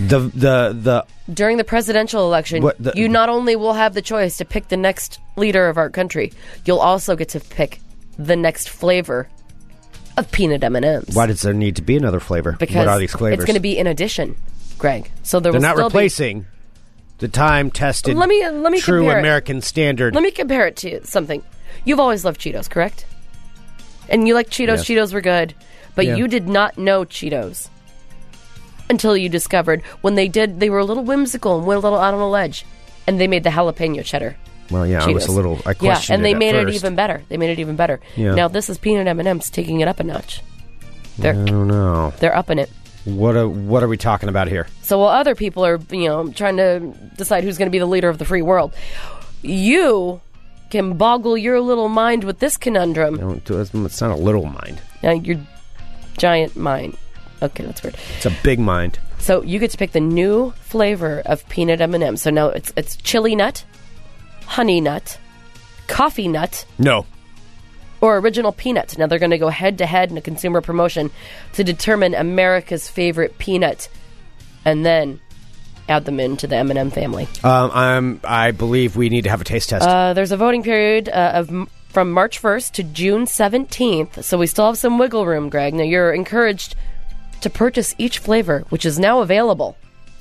Speaker 2: The the the
Speaker 3: During the presidential election,
Speaker 2: What the-
Speaker 3: you not only will have the choice to pick the next leader of our country, you'll also get to pick the next flavor of peanut M&Ms.
Speaker 2: why does there need to be another flavor?
Speaker 3: Because
Speaker 2: what are these flavors?
Speaker 3: it's going to be in addition, Greg. So there
Speaker 2: They're
Speaker 3: will
Speaker 2: not
Speaker 3: still be-
Speaker 2: replacing the time tested
Speaker 3: Let me- let me
Speaker 2: true
Speaker 3: compare it.
Speaker 2: American standard.
Speaker 3: Let me compare it to something. You've always loved Cheetos, correct? And you liked Cheetos.
Speaker 2: Yes.
Speaker 3: Cheetos were good, but
Speaker 2: Yeah.
Speaker 3: you did not know Cheetos until you discovered when they did. They were a little whimsical and went a little out on a ledge, and they made the jalapeno cheddar.
Speaker 2: well, yeah, I was
Speaker 3: Cheetos.
Speaker 2: a little I
Speaker 3: yeah,
Speaker 2: questioned
Speaker 3: and they
Speaker 2: at
Speaker 3: made it
Speaker 2: first.
Speaker 3: even better. They made it even better.
Speaker 2: Yeah.
Speaker 3: Now this is peanut M and M's taking it up a notch. They're
Speaker 2: I don't know.
Speaker 3: they're upping it.
Speaker 2: What are, what are we talking about here?
Speaker 3: So while other people are, you know, trying to decide who's going to be the leader of the free world, you can boggle your little mind with this conundrum.
Speaker 2: Don't do it's, it's not a little mind.
Speaker 3: Now your giant mind. Okay, that's weird.
Speaker 2: It's a big mind.
Speaker 3: So you get to pick the new flavor of peanut M and M. So now it's it's chili nut, honey nut, coffee nut,
Speaker 2: No.
Speaker 3: or original peanut. Now they're going to go head to head in a consumer promotion to determine America's favorite peanut, and then add them into the M and m family.
Speaker 2: Um, I'm I believe we need to have a taste test.
Speaker 3: Uh, there's a voting period uh, of m- from March 1st to June 17th, so we still have some wiggle room, Greg. Now you're encouraged to purchase each flavor, which is now available,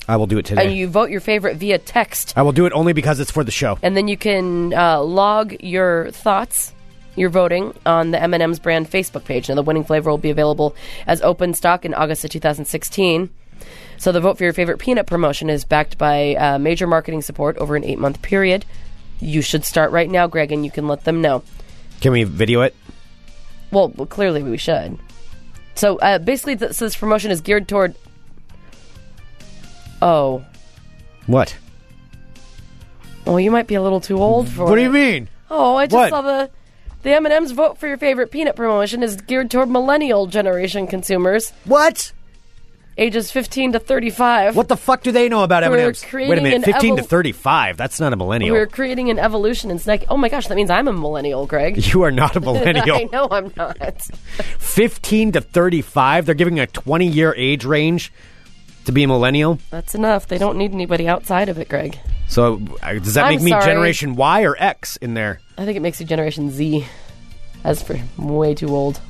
Speaker 2: I will do it today.
Speaker 3: and you vote your favorite via text,
Speaker 2: I will do it only because it's for the show.
Speaker 3: and then you can uh, log your thoughts. Your voting on the M&M's brand Facebook page. Now, the winning flavor will be available as open stock in August of 2016. So, the vote for your favorite peanut promotion is backed by uh, major marketing support over an eight-month period. You should start right now, Greg, and you can let them know.
Speaker 2: Can we video it?
Speaker 3: Well, well, clearly we should. So uh, basically, th- so this promotion is geared toward. Oh,
Speaker 2: What?
Speaker 3: well, you might be a little too old for.
Speaker 2: What do you
Speaker 3: it.
Speaker 2: mean?
Speaker 3: Oh, I just
Speaker 2: What?
Speaker 3: saw the. The M&M's vote for your favorite peanut promotion is geared toward millennial generation consumers,
Speaker 2: What?
Speaker 3: ages 15 to 35.
Speaker 2: What the fuck do they know about
Speaker 3: We're
Speaker 2: M&Ms?
Speaker 3: creating
Speaker 2: Wait a minute,
Speaker 3: an
Speaker 2: 15 to
Speaker 3: evol-
Speaker 2: 35. That's not a millennial.
Speaker 3: We're creating an evolution in snack. Oh my gosh, that means I'm a millennial, Greg.
Speaker 2: You are not a
Speaker 3: I
Speaker 2: millennial.
Speaker 3: know I'm not.
Speaker 2: 15 to 35. They're giving a 20 year age range to be a millennial.
Speaker 3: That's enough. They don't need anybody outside of it, Greg.
Speaker 2: So uh, does that
Speaker 3: I'm
Speaker 2: make me
Speaker 3: sorry.
Speaker 2: Generation Y or X in there?
Speaker 3: I think it makes you Generation Z. As for way too old.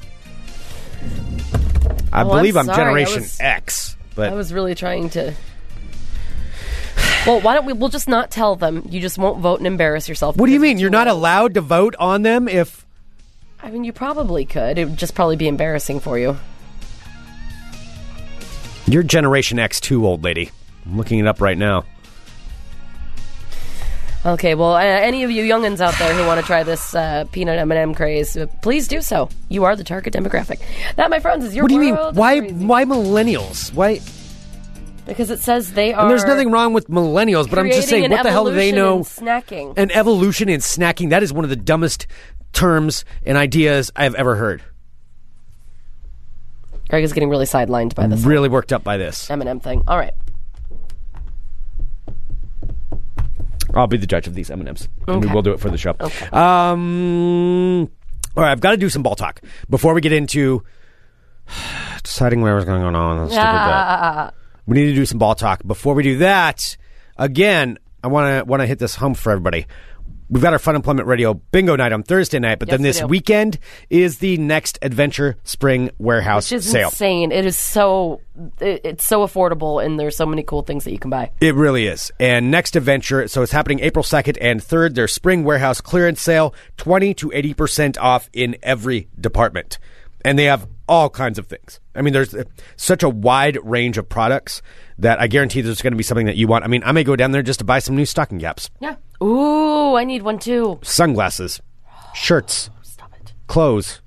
Speaker 2: I
Speaker 3: Oh, I'm
Speaker 2: believe I'm,
Speaker 3: sorry, I
Speaker 2: Generation
Speaker 3: was-
Speaker 2: X.
Speaker 3: I
Speaker 2: But
Speaker 3: was really trying to. Well, why don't we? We'll just not tell them. You just won't vote and embarrass yourself.
Speaker 2: what do you
Speaker 3: because
Speaker 2: mean?
Speaker 3: too
Speaker 2: You're not
Speaker 3: old.
Speaker 2: allowed to vote on them if.
Speaker 3: I mean, you probably could. It would just probably be embarrassing for you.
Speaker 2: You're Generation X too, old lady. I'm looking it up right now.
Speaker 3: Okay, well, uh, any of you youngins out there who want to try this uh, peanut M&M craze, uh, please do so. You are the target demographic. That, my friends, is your
Speaker 2: What do you mean?
Speaker 3: world of
Speaker 2: Why?
Speaker 3: crazy.
Speaker 2: Why millennials? Why?
Speaker 3: Because it says they are.
Speaker 2: And there's nothing wrong with millennials, but I'm just
Speaker 3: creating
Speaker 2: saying,
Speaker 3: an
Speaker 2: what the hell do they
Speaker 3: evolution
Speaker 2: know?
Speaker 3: in Snacking.
Speaker 2: An evolution in snacking. That is one of the dumbest terms and ideas I've ever heard.
Speaker 3: Greg is getting really sidelined by this
Speaker 2: Really worked up by this.
Speaker 3: M&M thing. All right.
Speaker 2: I'll be the judge of these M and M's. We
Speaker 3: Okay.
Speaker 2: will do it for the show. Um, all right, I've got to do some ball talk before we get into deciding where I was going to go on. Let's stick with that. We need to do some ball talk. Before we do that, again, I want to want to hit this home for everybody. We've got our Fun Employment Radio bingo night on Thursday night, but
Speaker 3: Yes,
Speaker 2: then
Speaker 3: we
Speaker 2: this
Speaker 3: do.
Speaker 2: weekend is the next Adventure Spring Warehouse
Speaker 3: Which is
Speaker 2: sale.
Speaker 3: insane. It is so. It, it's so affordable, and there's so many cool things that you can buy.
Speaker 2: It really is. And next adventure, so it's happening April 2nd and 3rd, their spring warehouse clearance sale, 20 to 80% off in every department. And they have all kinds of things. I mean, there's uh, such a wide range of products that I guarantee there's going to be something that you want. I mean, I may go down there just to buy some new stocking caps,
Speaker 3: Yeah. Ooh, I need one too.
Speaker 2: sunglasses, shirts,
Speaker 3: Oh, Stop it.
Speaker 2: clothes,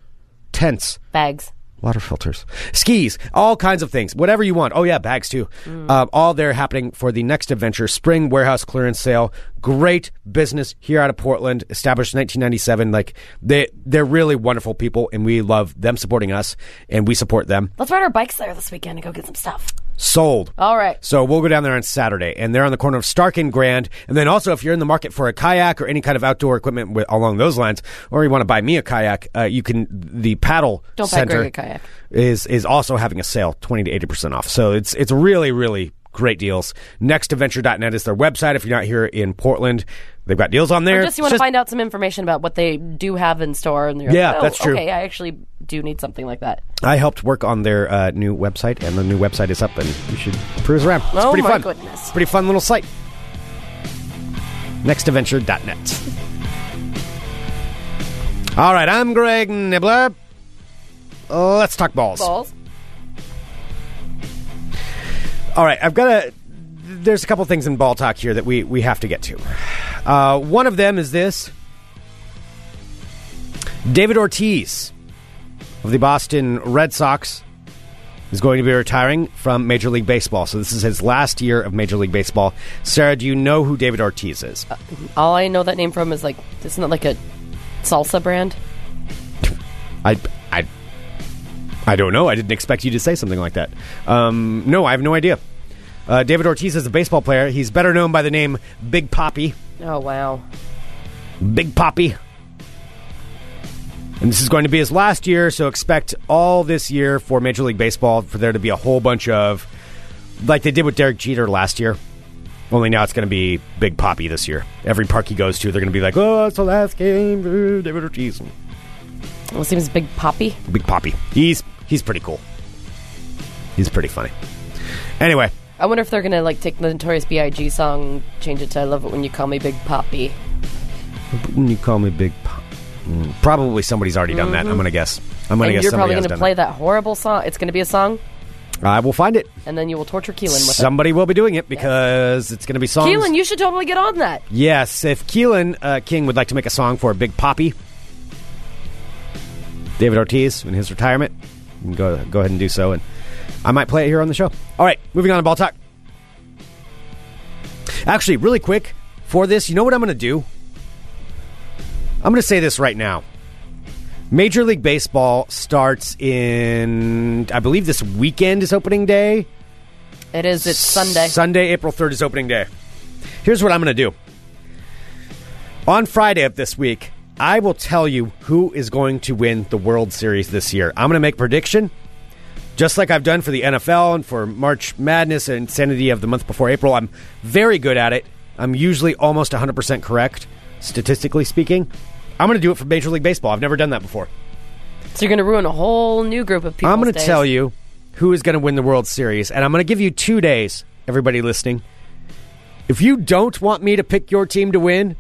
Speaker 2: tents,
Speaker 3: Bags.
Speaker 2: water filters, skis, all kinds of things, whatever you want. Oh yeah, bags too. Um, all there happening for the next adventure spring warehouse clearance sale. Great business here out of Portland, established in 1997. Like they they're really wonderful people, and we love them supporting us, and we support them.
Speaker 3: Let's ride our bikes there this weekend and go get some stuff.
Speaker 2: Sold.
Speaker 3: All right.
Speaker 2: So we'll go down there on Saturday, and they're on the corner of Stark and Grand. And then also, if you're in the market for a kayak or any kind of outdoor equipment with, along those lines, or you want to buy me a kayak, uh, you can. The paddle
Speaker 3: Don't buy
Speaker 2: center
Speaker 3: Greg a kayak.
Speaker 2: is is also having a sale, twenty to eighty percent off. So it's it's really really great deals. Nextadventure.net is their website. If you're not here in Portland, they've got deals on there.
Speaker 3: Or just you want to find out some information about what they do have in store, and you're
Speaker 2: Yeah,
Speaker 3: like, oh,
Speaker 2: that's true.
Speaker 3: Okay, I actually do need something like that.
Speaker 2: I helped work on their uh, new website, and the new website is up, and you should cruise around. It's
Speaker 3: Oh,
Speaker 2: pretty
Speaker 3: my
Speaker 2: fun.
Speaker 3: goodness.
Speaker 2: Pretty fun little site. Nextadventure.net. All right, I'm Greg Nibbler. Let's talk balls.
Speaker 3: Balls.
Speaker 2: All right, I've got a. There's a couple things in ball talk here that we we have to get to. Uh, one of them is this: David Ortiz of the Boston Red Sox is going to be retiring from Major League Baseball. So this is his last year of Major League Baseball. Sarah, do you know who David Ortiz is?
Speaker 3: All I know that name from is like, isn't that like a salsa brand?
Speaker 2: I I I don't know. I didn't expect you to say something like that. Um, no, I have no idea. Uh, David Ortiz is a baseball player. He's better known by the name Big Poppy.
Speaker 3: Oh wow.
Speaker 2: Big Poppy. And this is going to be his last year, so expect all this year for Major League Baseball for there to be a whole bunch of, like they did with Derek Jeter last year. Only now it's going to be Big Poppy this year. Every park he goes to, they're going to be like, oh, it's the last game, uh, David Ortiz.
Speaker 3: Well, it seems big poppy.
Speaker 2: Big Poppy. He's he's pretty cool. He's pretty funny. Anyway,
Speaker 3: I wonder if they're gonna like take the Notorious B.I.G. song, change it to "I Love It When You Call Me Big Poppy."
Speaker 2: when you call me Big Poppy, Mm, probably somebody's already done that. I'm going to guess. I'm going to
Speaker 3: and
Speaker 2: guess
Speaker 3: you're
Speaker 2: somebody
Speaker 3: probably
Speaker 2: has
Speaker 3: gonna
Speaker 2: done
Speaker 3: play that horrible song. It's gonna be a song,
Speaker 2: that. I will find it.
Speaker 3: and then you will torture Keelan with
Speaker 2: Somebody will be doing it because it's going to be
Speaker 3: it.
Speaker 2: songs.
Speaker 3: Keelan, you should totally get on that.
Speaker 2: yes, if Keelan uh, King would like to make a song for Big Poppy, David Ortiz in his retirement, you can go go ahead and do so, and I might play it here on the show. All right, moving on to ball talk. Actually, really quick for this, you know what I'm going to do? I'm going to say this right now. Major League Baseball starts in, I believe, this weekend is opening day.
Speaker 3: It is. It's Sunday.
Speaker 2: Sunday, April 3rd is opening day. Here's what I'm going to do. On Friday of this week, I will tell you who is going to win the World Series this year. I'm going to make prediction, just like I've done for the NFL and for March Madness and Insanity of the month before April. I'm very good at it. I'm usually almost 100% correct, statistically speaking. I'm going to do it for Major League Baseball. I've never done that before.
Speaker 3: So you're going to ruin a whole new group of people.
Speaker 2: I'm going to tell you who is going to win the World Series, and I'm going to give you two days, everybody listening. If you don't want me to pick your team to win,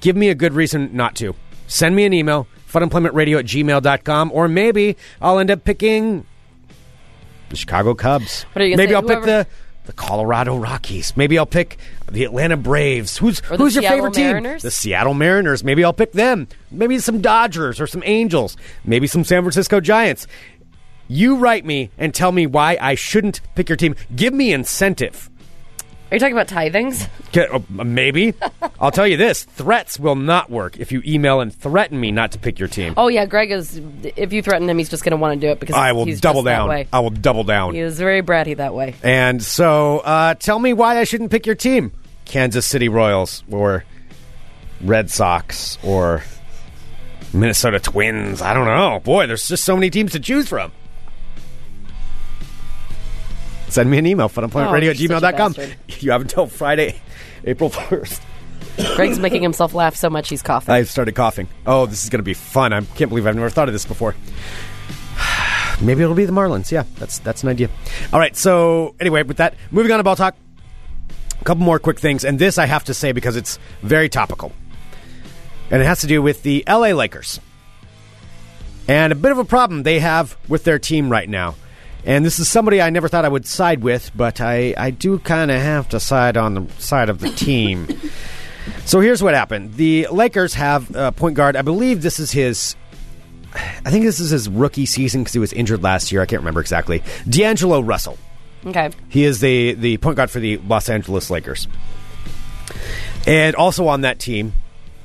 Speaker 2: give me a good reason not to. Send me an email, funemploymentradio at gmail.com, or maybe I'll end up picking the Chicago Cubs.
Speaker 3: What are you gonna
Speaker 2: maybe
Speaker 3: say?
Speaker 2: I'll pick
Speaker 3: Whoever-
Speaker 2: the, the Colorado Rockies. Maybe I'll pick the Atlanta Braves. Who's
Speaker 3: Or the
Speaker 2: who's your
Speaker 3: Seattle
Speaker 2: favorite
Speaker 3: Mariners?
Speaker 2: team? The Seattle Mariners. Maybe I'll pick them. Maybe some Dodgers or some Angels. Maybe some San Francisco Giants. You write me and tell me why I shouldn't pick your team. Give me incentive.
Speaker 3: Are you talking about tithings?
Speaker 2: Get- uh, maybe. I'll tell you this threats will not work if you email and threaten me not to pick your team.
Speaker 3: Oh yeah, Greg is. If you threaten him, he's just going to want to do it because
Speaker 2: I will
Speaker 3: he's
Speaker 2: double
Speaker 3: just that
Speaker 2: down.
Speaker 3: way.
Speaker 2: I will double down.
Speaker 3: He was very bratty that way.
Speaker 2: And so uh, tell me why I shouldn't pick your team Kansas City Royals or Red Sox or Minnesota Twins. I don't know. Boy, there's just so many teams to choose from. Send me an email, funemploymentradio at
Speaker 3: Oh, you're such a
Speaker 2: gmail.com.
Speaker 3: bastard.
Speaker 2: You have until Friday, April 1st.
Speaker 3: Greg's making himself laugh so much he's coughing.
Speaker 2: I've started coughing. Oh, this is going to be fun. I can't believe I've never thought of this before. Maybe it'll be the Marlins. Yeah, that's that's an idea. All right. So anyway, with that, moving on to ball talk. A couple more quick things, and this I have to say because it's very topical, and it has to do with the LA Lakers and a bit of a problem they have with their team right now. And this is somebody I never thought I would side with, but I, I do kind of have to side on the side of the team. So here's what happened. The Lakers have a point guard. I believe this is his. I think this is his rookie season because he was injured last year. I can't remember exactly. D'Angelo Russell.
Speaker 3: okay.
Speaker 2: He is the the point guard for the Los Angeles Lakers. And also on that team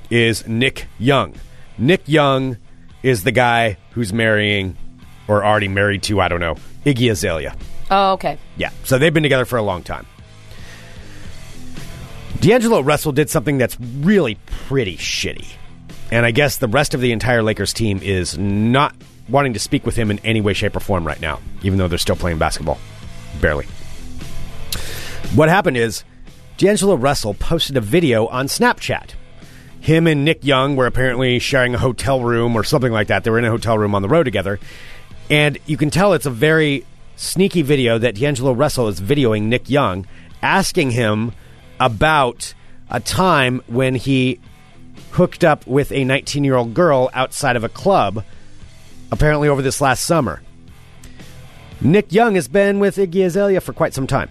Speaker 2: is Nick Young. Nick Young is the guy who's marrying, or already married to, I don't know, Iggy Azalea.
Speaker 3: Oh okay.
Speaker 2: Yeah. So they've been together for a long time. D'Angelo Russell did something that's really pretty shitty. And I guess the rest of the entire Lakers team is not wanting to speak with him in any way, shape, or form right now, even though they're still playing basketball. Barely. What happened is D'Angelo Russell posted a video on Snapchat. Him and Nick Young were apparently sharing a hotel room or something like that. They were in a hotel room on the road together. And you can tell it's a very sneaky video that D'Angelo Russell is videoing Nick Young, asking him about a time when he hooked up with a 19 year old girl outside of a club, apparently over this last summer. Nick Young has been with Iggy Azalea for quite some time.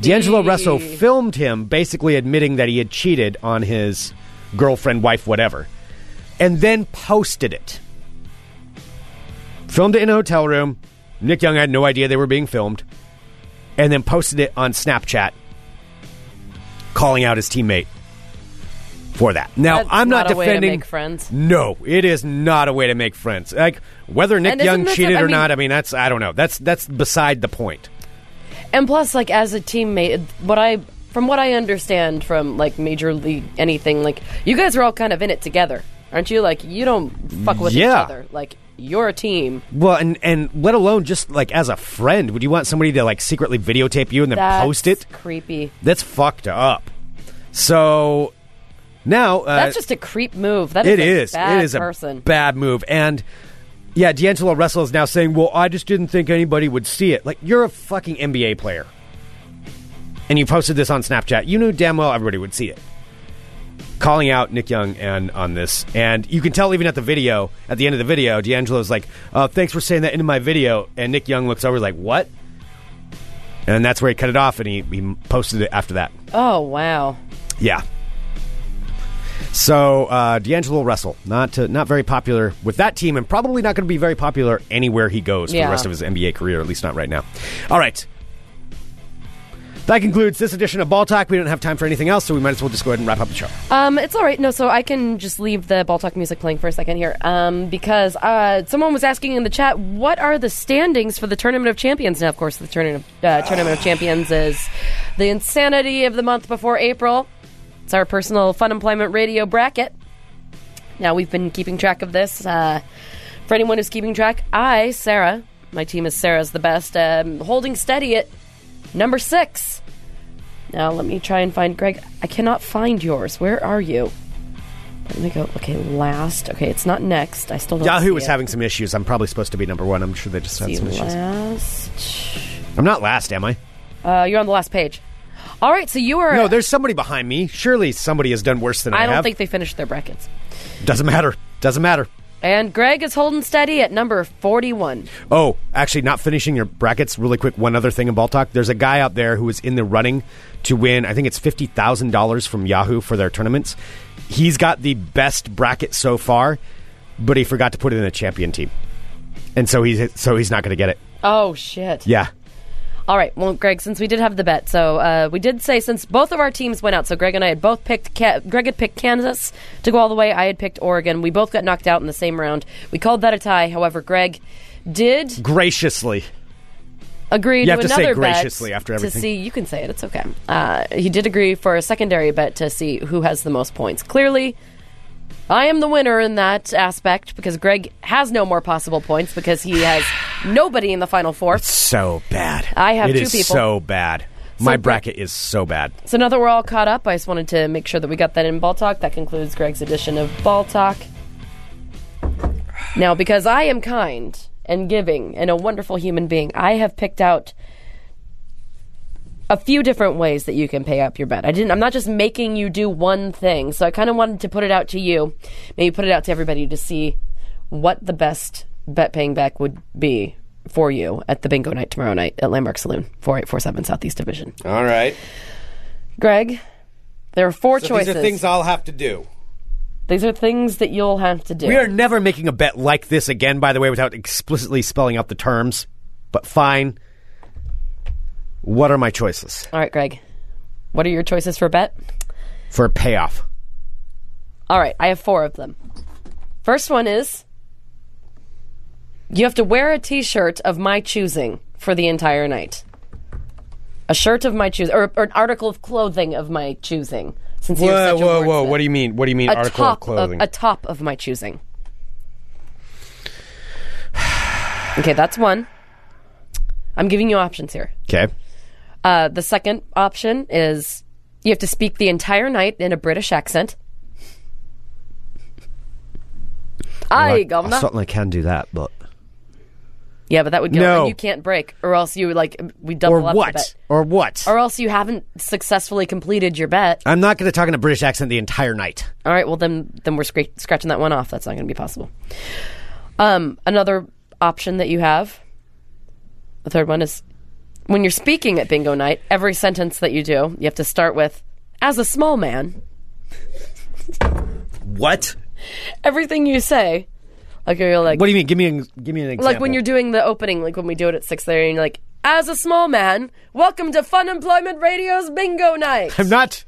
Speaker 2: D'Angelo Russell filmed him basically admitting that he had cheated on his girlfriend, wife, whatever, and then posted it. Filmed it in a hotel room. Nick Young had no idea they were being filmed, and then posted it on Snapchat, calling out his teammate for that. Now,
Speaker 3: That's
Speaker 2: I'm not,
Speaker 3: not a way to
Speaker 2: defending
Speaker 3: make friends.
Speaker 2: No, it is not a way to make friends. Like whether Nick
Speaker 3: And isn't
Speaker 2: Young
Speaker 3: this-
Speaker 2: cheated
Speaker 3: I
Speaker 2: or
Speaker 3: mean-
Speaker 2: not, I mean that's I don't know. That's that's beside the point.
Speaker 3: And plus, like as a teammate, what I from what I understand from like major league anything, like you guys are all kind of in it together, aren't you? Like you don't fuck with
Speaker 2: Yeah.
Speaker 3: each other. Like you're a team.
Speaker 2: Well, and and let alone just like as a friend, would you want somebody to like secretly videotape you and then
Speaker 3: That's
Speaker 2: post it?
Speaker 3: Creepy.
Speaker 2: That's fucked up. So now uh,
Speaker 3: That's just a creep move. That is
Speaker 2: it
Speaker 3: a
Speaker 2: is
Speaker 3: Bad
Speaker 2: it is a
Speaker 3: person.
Speaker 2: bad move and. Yeah, D'Angelo Russell is now saying, "Well, I just didn't think anybody would see it." Like you're a fucking NBA player, and you posted this on Snapchat. You knew damn well everybody would see it. calling out Nick Young and on this, and you can tell even at the video, at the end of the video, D'Angelo's like, uh, "Thanks for saying that into my video," and Nick Young looks over like, "What?" And that's where he cut it off, and he, he posted it after that.
Speaker 3: oh wow.
Speaker 2: Yeah. So uh, D'Angelo Russell, not uh, not very popular with that team, and probably not going to be very popular anywhere he goes for
Speaker 3: Yeah.
Speaker 2: the rest of his NBA career, at least not right now. All right. That concludes this edition of Ball Talk. We don't have time for anything else, so we might as well just go ahead and wrap up the show.
Speaker 3: Um, it's all right. No, so I can just leave the ball talk music playing for a second here, um, because uh, someone was asking in the chat, what are the standings for the Tournament of Champions? Now, of course, the Tournament of, uh, Tournament of Champions is the insanity of the month before April. It's our personal Fun Employment Radio bracket. Now we've been keeping track of this. Uh, for anyone who's keeping track, I, Sarah, my team is Sarah's the best, um, holding steady at number six. Now let me try and find Greg. I cannot find yours. Where are you? Let me go. Okay, last. Okay, it's not next. I still don't.
Speaker 2: Yahoo
Speaker 3: see
Speaker 2: was
Speaker 3: it.
Speaker 2: having some issues. I'm probably supposed to be number one. I'm sure they just had
Speaker 3: See
Speaker 2: some issues.
Speaker 3: last.
Speaker 2: I'm not last, am I?
Speaker 3: Uh, you're on the last page. All right, so you are.
Speaker 2: No, there's somebody behind me. Surely somebody has done worse than I,
Speaker 3: I don't
Speaker 2: have.
Speaker 3: think they finished their brackets.
Speaker 2: Doesn't matter. Doesn't matter.
Speaker 3: And Greg is holding steady at number forty-one.
Speaker 2: Oh, actually, not finishing your brackets. Really quick, one other thing in ball talk. There's a guy out there who is in the running to win. I think it's fifty thousand dollars from Yahoo for their tournaments. He's got the best bracket so far, but he forgot to put it in a champion team, and so he's so he's not going to get it.
Speaker 3: Oh shit.
Speaker 2: Yeah,
Speaker 3: All right. Well, Greg, since we did have the bet, so uh, we did say since both of our teams went out, so Greg and I had both picked. Ca- Greg had picked Kansas to go all the way. I had picked Oregon. We both got knocked out in the same round. We called that a tie. However, Greg did
Speaker 2: graciously.
Speaker 3: agree
Speaker 2: You
Speaker 3: to
Speaker 2: have to say
Speaker 3: another
Speaker 2: graciously
Speaker 3: bet
Speaker 2: after
Speaker 3: To
Speaker 2: everything.
Speaker 3: see, you can say it. It's okay. Uh, he did agree for a secondary bet to see who has the most points. Clearly. I am the winner in that aspect because Greg has no more possible points because he has nobody in the final four.
Speaker 2: So bad.
Speaker 3: I have
Speaker 2: It
Speaker 3: two
Speaker 2: is
Speaker 3: people.
Speaker 2: So bad. My
Speaker 3: Greg-
Speaker 2: bracket is so bad.
Speaker 3: So now that we're all caught up, I just wanted to make sure that we got that in Ball Talk. That concludes Greg's edition of Ball Talk. Now, because I am kind and giving and a wonderful human being, I have picked out a few different ways that you can pay up your bet. I didn't I'm not just making you do one thing. So I kind of wanted to put it out to you, maybe put it out to everybody to see what the best bet paying back would be for you at the bingo night tomorrow night at Landmark Saloon, 4847 Southeast Division.
Speaker 2: All right.
Speaker 3: Greg, there are four choices.
Speaker 2: I'll have to do.
Speaker 3: These are things that you'll have to do.
Speaker 2: We are never making a bet like this again, by the way, without explicitly spelling out the terms. But fine. What are my choices
Speaker 3: All right, Greg. What are your choices for bet?
Speaker 2: for a payoff?
Speaker 3: All right, I have four of them. First one is you have to wear a t shirt of my choosing for the entire night. A shirt of my choosing, or, or an article of clothing of my choosing. Since you're such a wordsmith.
Speaker 2: you mean? What do you mean,
Speaker 3: a top Of, a top of my choosing. okay, that's one. I'm giving you options here.
Speaker 2: okay.
Speaker 3: Uh, the second option is you have to speak the entire night in a British accent. Aye, governor.
Speaker 2: certainly can do that, but.
Speaker 3: yeah, but that would go.
Speaker 2: No.
Speaker 3: And you can't break, or else you like we double
Speaker 2: Or
Speaker 3: up the
Speaker 2: what?
Speaker 3: bet.
Speaker 2: Or what?
Speaker 3: Or else you haven't successfully completed your bet.
Speaker 2: I'm not going to talk in a British accent the entire night.
Speaker 3: All right, well then, then we're scra- scratching that one off. That's not going to be possible. Um, another option that you have, the third one is when you're speaking at bingo night. Every sentence that you do, you have to start with "as a small man."
Speaker 2: What?
Speaker 3: Everything you say, like you're like,
Speaker 2: What do you mean? Give me, an, give me an example.
Speaker 3: like when you're doing the opening, like when we do it at six thirty, and you're like, "As a small man, welcome to Fun Employment Radio's bingo night."
Speaker 2: I'm not.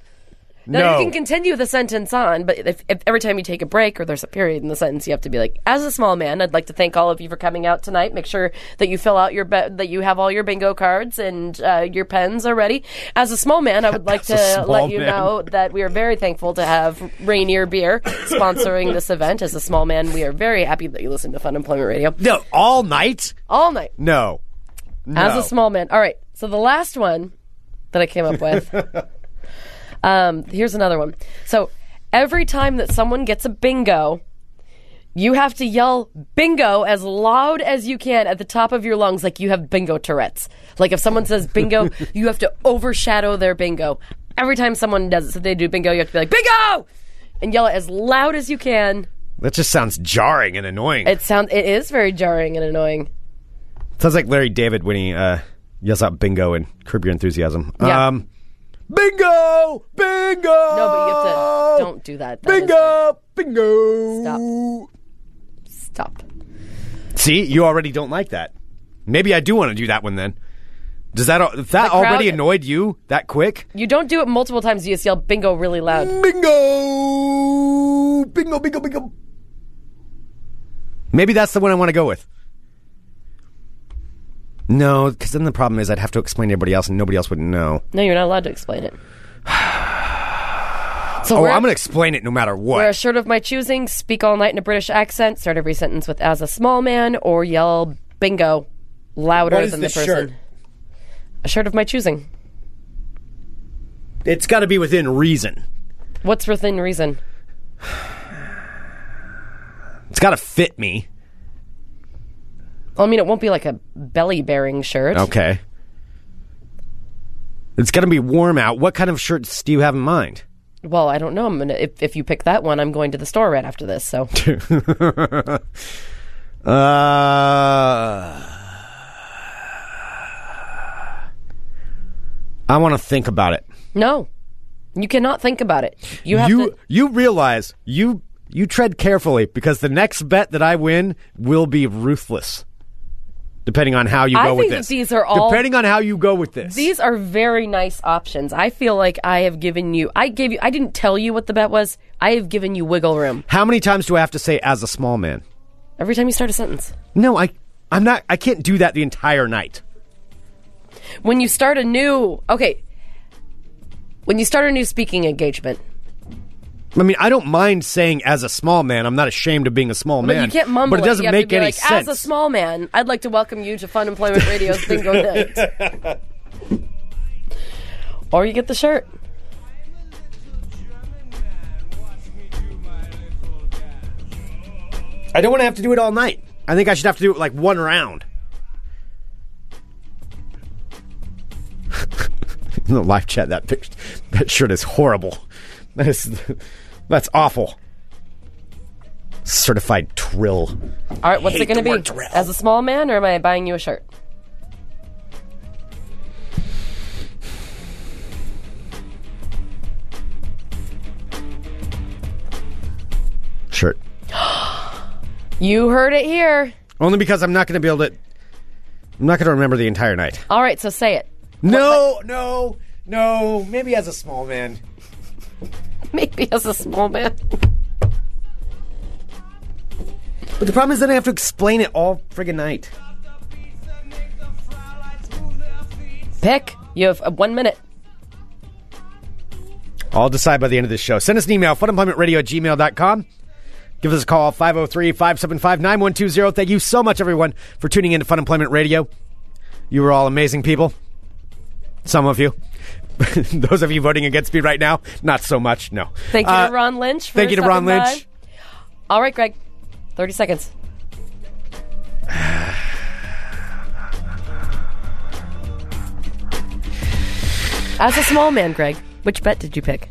Speaker 3: Now
Speaker 2: no.
Speaker 3: you can continue the sentence on, but if, if every time you take a break or there's a period in the sentence, you have to be like, "As a small man, I'd like to thank all of you for coming out tonight. Make sure that you fill out your be- that you have all your bingo cards and uh, your pens are ready. As a small man, I would like
Speaker 2: As a
Speaker 3: to
Speaker 2: small
Speaker 3: let you
Speaker 2: man.
Speaker 3: know that we are very thankful to have Rainier Beer sponsoring this event. As a small man, we are very happy that you listen to Fun Employment Radio
Speaker 2: no, all night?
Speaker 3: all night.
Speaker 2: No.
Speaker 3: As
Speaker 2: No.
Speaker 3: a small man. All right. So the last one that I came up with. um, here's another one. So every time that someone gets a bingo, you have to yell bingo as loud as you can at the top of your lungs, like you have bingo Tourette's. Like if someone says bingo, you have to overshadow their bingo. Every time someone does it, so they do bingo, you have to be like bingo, and yell it as loud as you can.
Speaker 2: That just sounds jarring and annoying.
Speaker 3: It sounds it is very jarring and annoying.
Speaker 2: Sounds like Larry David when he uh, yells out bingo and curb your enthusiasm.
Speaker 3: Yeah.
Speaker 2: Um, bingo! Bingo!
Speaker 3: No, but you have to don't do that. That is-
Speaker 2: Bingo! Bingo!
Speaker 3: Stop.
Speaker 2: See, you already don't like that. Maybe I do want to do that one then. Does that al- if that
Speaker 3: The crowd-
Speaker 2: already annoyed you that quick?
Speaker 3: You don't do it multiple times. You just yell bingo really loud.
Speaker 2: Bingo, bingo, bingo, bingo. Maybe that's the one I want to go with. No, because then the problem is I'd have to explain to everybody else, and nobody else would know.
Speaker 3: No, you're not allowed to explain it. So
Speaker 2: Oh,
Speaker 3: wear,
Speaker 2: I'm going to explain it no matter
Speaker 3: wear a
Speaker 2: what.
Speaker 3: shirt of my choosing, speak all night in a British accent, start every sentence with as a small man, or yell bingo louder
Speaker 2: What is
Speaker 3: than
Speaker 2: this
Speaker 3: the person.
Speaker 2: shirt?
Speaker 3: A shirt of my choosing.
Speaker 2: It's got to be within reason.
Speaker 3: What's within reason?
Speaker 2: It's got to fit me.
Speaker 3: Well, I mean, it won't be like a belly bearing shirt.
Speaker 2: Okay. It's going to be warm out. What kind of shirts do you have in mind?
Speaker 3: Well, I don't know. I'm gonna if, if you pick that one, I'm going to the store right after this. So
Speaker 2: Uh, I want to think about it.
Speaker 3: no, you cannot think about it. You have
Speaker 2: You
Speaker 3: to.
Speaker 2: you realize you you tread carefully because the next bet that I win will be ruthless. Depending on how you
Speaker 3: I
Speaker 2: go with
Speaker 3: think that
Speaker 2: this.
Speaker 3: these are all-
Speaker 2: Depending on how you go with this.
Speaker 3: These are very nice options. I feel like I have given you. I gave you. I didn't tell you what the bet was. I have given you wiggle room
Speaker 2: how many times do I have to say as a small man?
Speaker 3: every time you start a sentence.
Speaker 2: No, I I'm not I can't do that the entire night.
Speaker 3: When you start a new okay. When you start a new speaking engagement,
Speaker 2: I mean, I don't mind saying as a small man. I'm not ashamed of being a small
Speaker 3: but
Speaker 2: man.
Speaker 3: you can't mumble.
Speaker 2: But it doesn't
Speaker 3: You have to
Speaker 2: make
Speaker 3: be
Speaker 2: any
Speaker 3: like,
Speaker 2: sense.
Speaker 3: As a small man, I'd like to welcome you to Fun Employment Radio's Bingo Night. or you get the shirt.
Speaker 2: I don't want to have to do it all night. I think I should have to do it like one round. In the live chat, that picture, that shirt is horrible. That is, that's awful. Certified trill.
Speaker 3: All right, what's it
Speaker 2: Hate
Speaker 3: going to
Speaker 2: the word
Speaker 3: be?
Speaker 2: drill.
Speaker 3: As a small man, or am I buying you a shirt?
Speaker 2: Shirt.
Speaker 3: You heard it here.
Speaker 2: Only because I'm not going to be able to. I'm not going to remember the entire night.
Speaker 3: All right, so say it.
Speaker 2: No, no, no. Maybe as a small man.
Speaker 3: Maybe as a small man.
Speaker 2: But the problem is, then I have to explain it all friggin' night.
Speaker 3: Pick. You have uh, one minute.
Speaker 2: I'll decide by the end of this show. Send us an email, funemploymentradio at gmail.com. Give us a call, 503 575 9120. Thank you so much, everyone, for tuning in to Fun Employment Radio. You were all amazing people. Some of you. Those of you voting against me right now, not so much, no.
Speaker 3: Thank you
Speaker 2: Uh,
Speaker 3: to Ron Lynch. For
Speaker 2: Thank you to Ron
Speaker 3: stopping by.
Speaker 2: Lynch.
Speaker 3: All right, Greg. Thirty seconds. As a small man, Greg, which bet did you pick?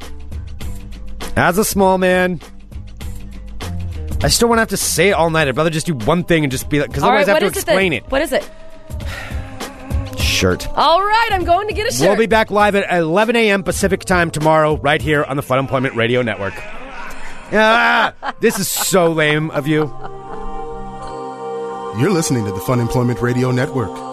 Speaker 2: As a small man, I still want to have to say it all night. I'd rather just do one thing and just be like, because
Speaker 3: All right,
Speaker 2: otherwise I
Speaker 3: what
Speaker 2: have to
Speaker 3: is then?
Speaker 2: explain it.
Speaker 3: What is it?
Speaker 2: Shirt.
Speaker 3: All right, I'm going to get a shirt.
Speaker 2: We'll be back live at 11 a.m. Pacific time tomorrow, right here on the Fun Employment Radio Network. Ah, this is so lame of you.
Speaker 1: You're listening to the Fun Employment Radio Network.